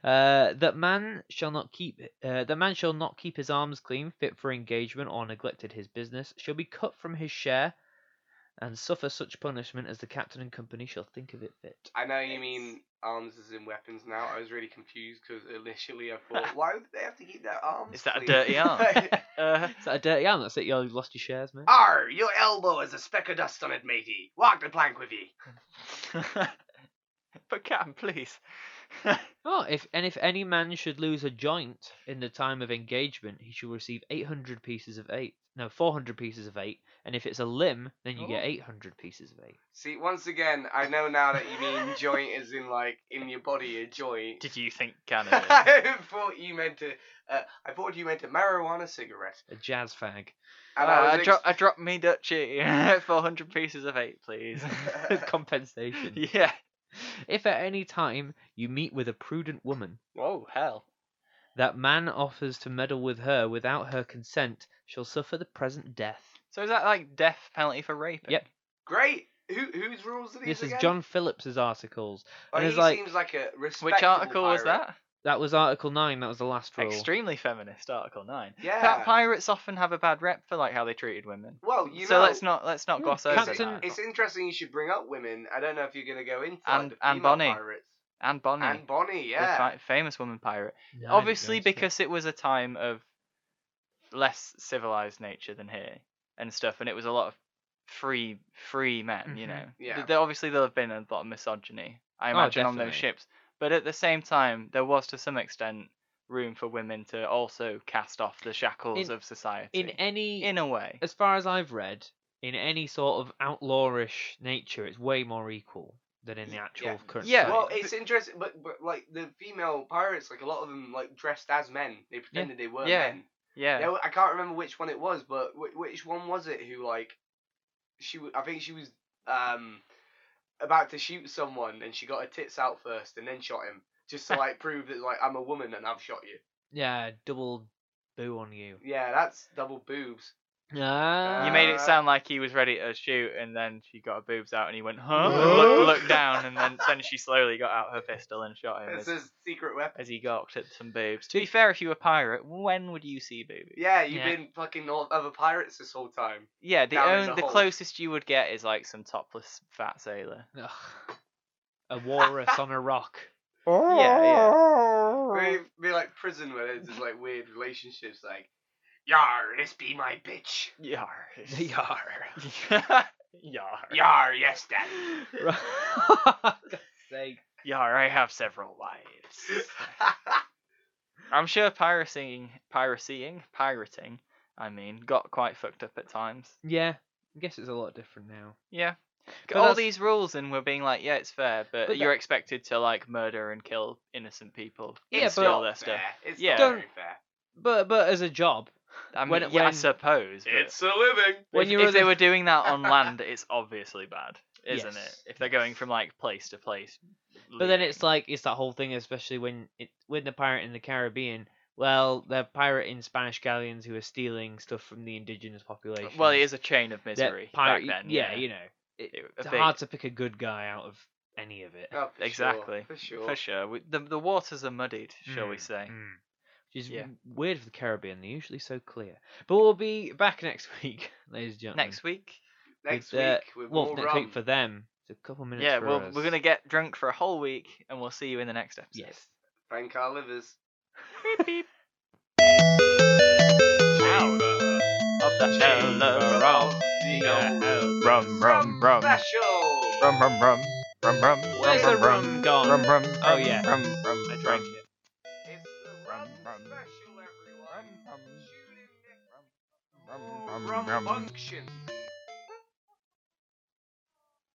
[SPEAKER 2] uh, that man shall not keep uh, that man shall not keep his arms clean, fit for engagement, or neglected his business, shall be cut from his share, and suffer such punishment as the captain and company shall think of it fit.
[SPEAKER 3] I know you mean arms as in weapons now. I was really confused because initially I thought, why would they have to keep their arms?
[SPEAKER 4] Is that a
[SPEAKER 3] clean?
[SPEAKER 4] dirty arm? uh,
[SPEAKER 2] Is that a dirty arm? That's it. You lost your shares, man.
[SPEAKER 3] Arr, your elbow is a speck of dust on it, matey. Walk the plank with ye.
[SPEAKER 4] but Captain, please.
[SPEAKER 2] Oh, if and if any man should lose a joint in the time of engagement, he shall receive eight hundred pieces of eight. No, four hundred pieces of eight. And if it's a limb, then you get
[SPEAKER 4] Oh.
[SPEAKER 2] eight hundred pieces of eight.
[SPEAKER 3] See, once again, I know now that you mean joint as in like in your body, a joint.
[SPEAKER 4] Did you think Canada?
[SPEAKER 3] I thought you meant to. Uh, I thought you meant a marijuana cigarette.
[SPEAKER 2] A jazz fag.
[SPEAKER 3] And
[SPEAKER 4] Uh,
[SPEAKER 3] I
[SPEAKER 4] I,
[SPEAKER 3] was
[SPEAKER 4] dro- I dropped me Dutchie. 400 pieces of eight, please.
[SPEAKER 2] Compensation.
[SPEAKER 4] yeah.
[SPEAKER 2] If at any time you meet with a prudent woman,
[SPEAKER 4] Whoa, hell.
[SPEAKER 2] that man offers to meddle with her without her consent shall suffer the present death.
[SPEAKER 4] So is that like death penalty for rape?
[SPEAKER 2] Yep.
[SPEAKER 3] Great. Who whose rules are these
[SPEAKER 2] This is
[SPEAKER 3] again?
[SPEAKER 2] John Phillips's articles.
[SPEAKER 3] Oh,
[SPEAKER 2] and
[SPEAKER 3] he
[SPEAKER 2] it's like-
[SPEAKER 3] seems like a respectable
[SPEAKER 4] Which article was
[SPEAKER 3] pirate.
[SPEAKER 4] that?
[SPEAKER 2] That was Article 9, that was the last rule.
[SPEAKER 4] Extremely feminist, Article 9.
[SPEAKER 3] Yeah.
[SPEAKER 4] Pi- Pirates often have a bad rep for like how they treated women.
[SPEAKER 3] Well, you
[SPEAKER 4] so
[SPEAKER 3] know, Hmm,
[SPEAKER 4] let's not let's not
[SPEAKER 2] Yeah,
[SPEAKER 4] gloss over
[SPEAKER 3] it's,
[SPEAKER 2] Captain-
[SPEAKER 4] that.
[SPEAKER 3] it's interesting you should bring up women. I don't know if you're going to go into like,
[SPEAKER 4] And-
[SPEAKER 3] the
[SPEAKER 4] and
[SPEAKER 3] female
[SPEAKER 4] Bonnie.
[SPEAKER 3] pirates.
[SPEAKER 4] and Bonnie,
[SPEAKER 3] And Bonnie,
[SPEAKER 4] the
[SPEAKER 3] yeah.
[SPEAKER 4] fi- famous woman pirate. Obviously, because it was a time of less civilized nature than here and stuff, and it was a lot of free free men. You
[SPEAKER 1] Mhm.
[SPEAKER 4] know,
[SPEAKER 3] Yeah.
[SPEAKER 4] Th- there, obviously there'll have been a lot of misogyny. I imagine on those
[SPEAKER 2] definitely.
[SPEAKER 4] ships, but at the same time, there was to some extent room for women to also cast off the shackles
[SPEAKER 2] In-
[SPEAKER 4] of society
[SPEAKER 2] in any
[SPEAKER 4] in a way.
[SPEAKER 2] as far as I've read, in any sort of outlawish nature, it's way more equal than in the actual
[SPEAKER 3] yeah.
[SPEAKER 2] current.
[SPEAKER 4] Yeah.
[SPEAKER 2] society.
[SPEAKER 3] Well, it's interesting, but, but like the female pirates, like a lot of them, like dressed as men. They pretended they were
[SPEAKER 4] Yeah.
[SPEAKER 3] men.
[SPEAKER 4] Yeah.
[SPEAKER 3] There were- I can't remember which one it was, but wh- which one was it who like she? w- I think she was um about to shoot someone, and she got her tits out first, and then shot him, just to like prove that like I'm a woman and I've shot you.
[SPEAKER 2] yeah, double boo on you.
[SPEAKER 3] Yeah, that's double boobs.
[SPEAKER 2] Ah,
[SPEAKER 4] You made it
[SPEAKER 3] Uh,
[SPEAKER 4] sound like he was ready to shoot, and then she got her boobs out, and he went, "Huh?"
[SPEAKER 5] Huh?
[SPEAKER 4] Look, looked down, and then then she slowly got out her pistol and shot him
[SPEAKER 3] It's
[SPEAKER 4] as,
[SPEAKER 3] a secret weapon.
[SPEAKER 4] as he gawked at some boobs. To be fair, if you were a pirate, when would you see boobies?
[SPEAKER 3] Yeah, you've
[SPEAKER 2] Yeah.
[SPEAKER 3] been fucking all other pirates this whole time.
[SPEAKER 4] Yeah, the
[SPEAKER 3] Down in
[SPEAKER 4] only
[SPEAKER 3] the
[SPEAKER 4] the,
[SPEAKER 3] hold.
[SPEAKER 4] closest you would get is like some topless fat sailor.
[SPEAKER 2] Ah, Ugh. a walrus on a rock.
[SPEAKER 4] Yeah, yeah.
[SPEAKER 3] Be, be like prison where there's just like weird relationships, like yar, this be my bitch.
[SPEAKER 4] Yar.
[SPEAKER 2] Yar.
[SPEAKER 4] Yar.
[SPEAKER 3] Yar, yes, that.
[SPEAKER 2] Right. God's sake.
[SPEAKER 4] Yar, I have several wives. I'm sure piracying, piracying, pirating, I mean, got quite fucked up at times.
[SPEAKER 2] Yeah, I guess it's a lot different now.
[SPEAKER 4] Yeah.
[SPEAKER 2] But
[SPEAKER 4] All
[SPEAKER 2] that's-
[SPEAKER 4] these rules, and we're being like, yeah, it's fair, but,
[SPEAKER 2] But
[SPEAKER 4] you're expected to like murder and kill innocent people.
[SPEAKER 2] Yeah,
[SPEAKER 4] and
[SPEAKER 2] but-
[SPEAKER 4] steal their stuff.
[SPEAKER 3] It's
[SPEAKER 4] Yeah.
[SPEAKER 3] yeah.
[SPEAKER 2] Don't-
[SPEAKER 3] very fair.
[SPEAKER 2] But but as a job,
[SPEAKER 4] I mean,
[SPEAKER 2] When-
[SPEAKER 4] yeah, I
[SPEAKER 2] when-
[SPEAKER 4] suppose. But
[SPEAKER 3] It's a living.
[SPEAKER 2] when
[SPEAKER 4] if,
[SPEAKER 2] you're
[SPEAKER 4] if
[SPEAKER 2] at
[SPEAKER 4] they
[SPEAKER 2] the-
[SPEAKER 4] were doing that on land, it's obviously bad, isn't
[SPEAKER 2] Yes,
[SPEAKER 4] it? If they're going from like place to place.
[SPEAKER 2] But then
[SPEAKER 4] leaving.
[SPEAKER 2] it's like it's that whole thing, especially when it when the pirate in the Caribbean. Well, they're pirating Spanish galleons who are stealing stuff from the indigenous population.
[SPEAKER 4] well, it is a chain of misery
[SPEAKER 2] pirate.
[SPEAKER 4] back then.
[SPEAKER 2] yeah, you know, it,
[SPEAKER 4] It- a
[SPEAKER 2] it's
[SPEAKER 4] big-
[SPEAKER 2] hard to pick a good guy out of any of it.
[SPEAKER 3] Oh, for
[SPEAKER 4] Exactly.
[SPEAKER 3] Sure, for sure.
[SPEAKER 4] for sure. We, the the waters are muddied, shall we
[SPEAKER 2] Mm,
[SPEAKER 4] say?
[SPEAKER 2] mm. Which is
[SPEAKER 4] Yeah.
[SPEAKER 2] w- weird for the Caribbean. They're usually so clear. But we'll be back next week, ladies and gentlemen.
[SPEAKER 4] Next week,
[SPEAKER 3] Next
[SPEAKER 2] with, uh,
[SPEAKER 3] week with
[SPEAKER 2] well,
[SPEAKER 3] more
[SPEAKER 2] next
[SPEAKER 3] rum.
[SPEAKER 2] week for them. It's a couple minutes.
[SPEAKER 4] yeah,
[SPEAKER 2] for
[SPEAKER 4] well,
[SPEAKER 2] us.
[SPEAKER 4] we're gonna get drunk for a whole week, and we'll see you in the next episode.
[SPEAKER 2] Yes.
[SPEAKER 3] Thank our livers.
[SPEAKER 4] Beep, beep. Of the Hello Rob.
[SPEAKER 5] Rum, rum, rum.
[SPEAKER 3] Special.
[SPEAKER 5] Rum, rum, rum. Rum, rum.
[SPEAKER 2] Where's the rum gone?
[SPEAKER 5] Rum, rum.
[SPEAKER 2] Oh, yeah.
[SPEAKER 5] Rum, rum.
[SPEAKER 2] I drank it.
[SPEAKER 3] It's the
[SPEAKER 5] Rum,
[SPEAKER 3] rum,
[SPEAKER 5] rum.
[SPEAKER 3] special, everyone.
[SPEAKER 5] Rum, rum.
[SPEAKER 3] Tune in next- Oh,
[SPEAKER 5] Rum, rum,
[SPEAKER 3] rum
[SPEAKER 5] rum.
[SPEAKER 3] function.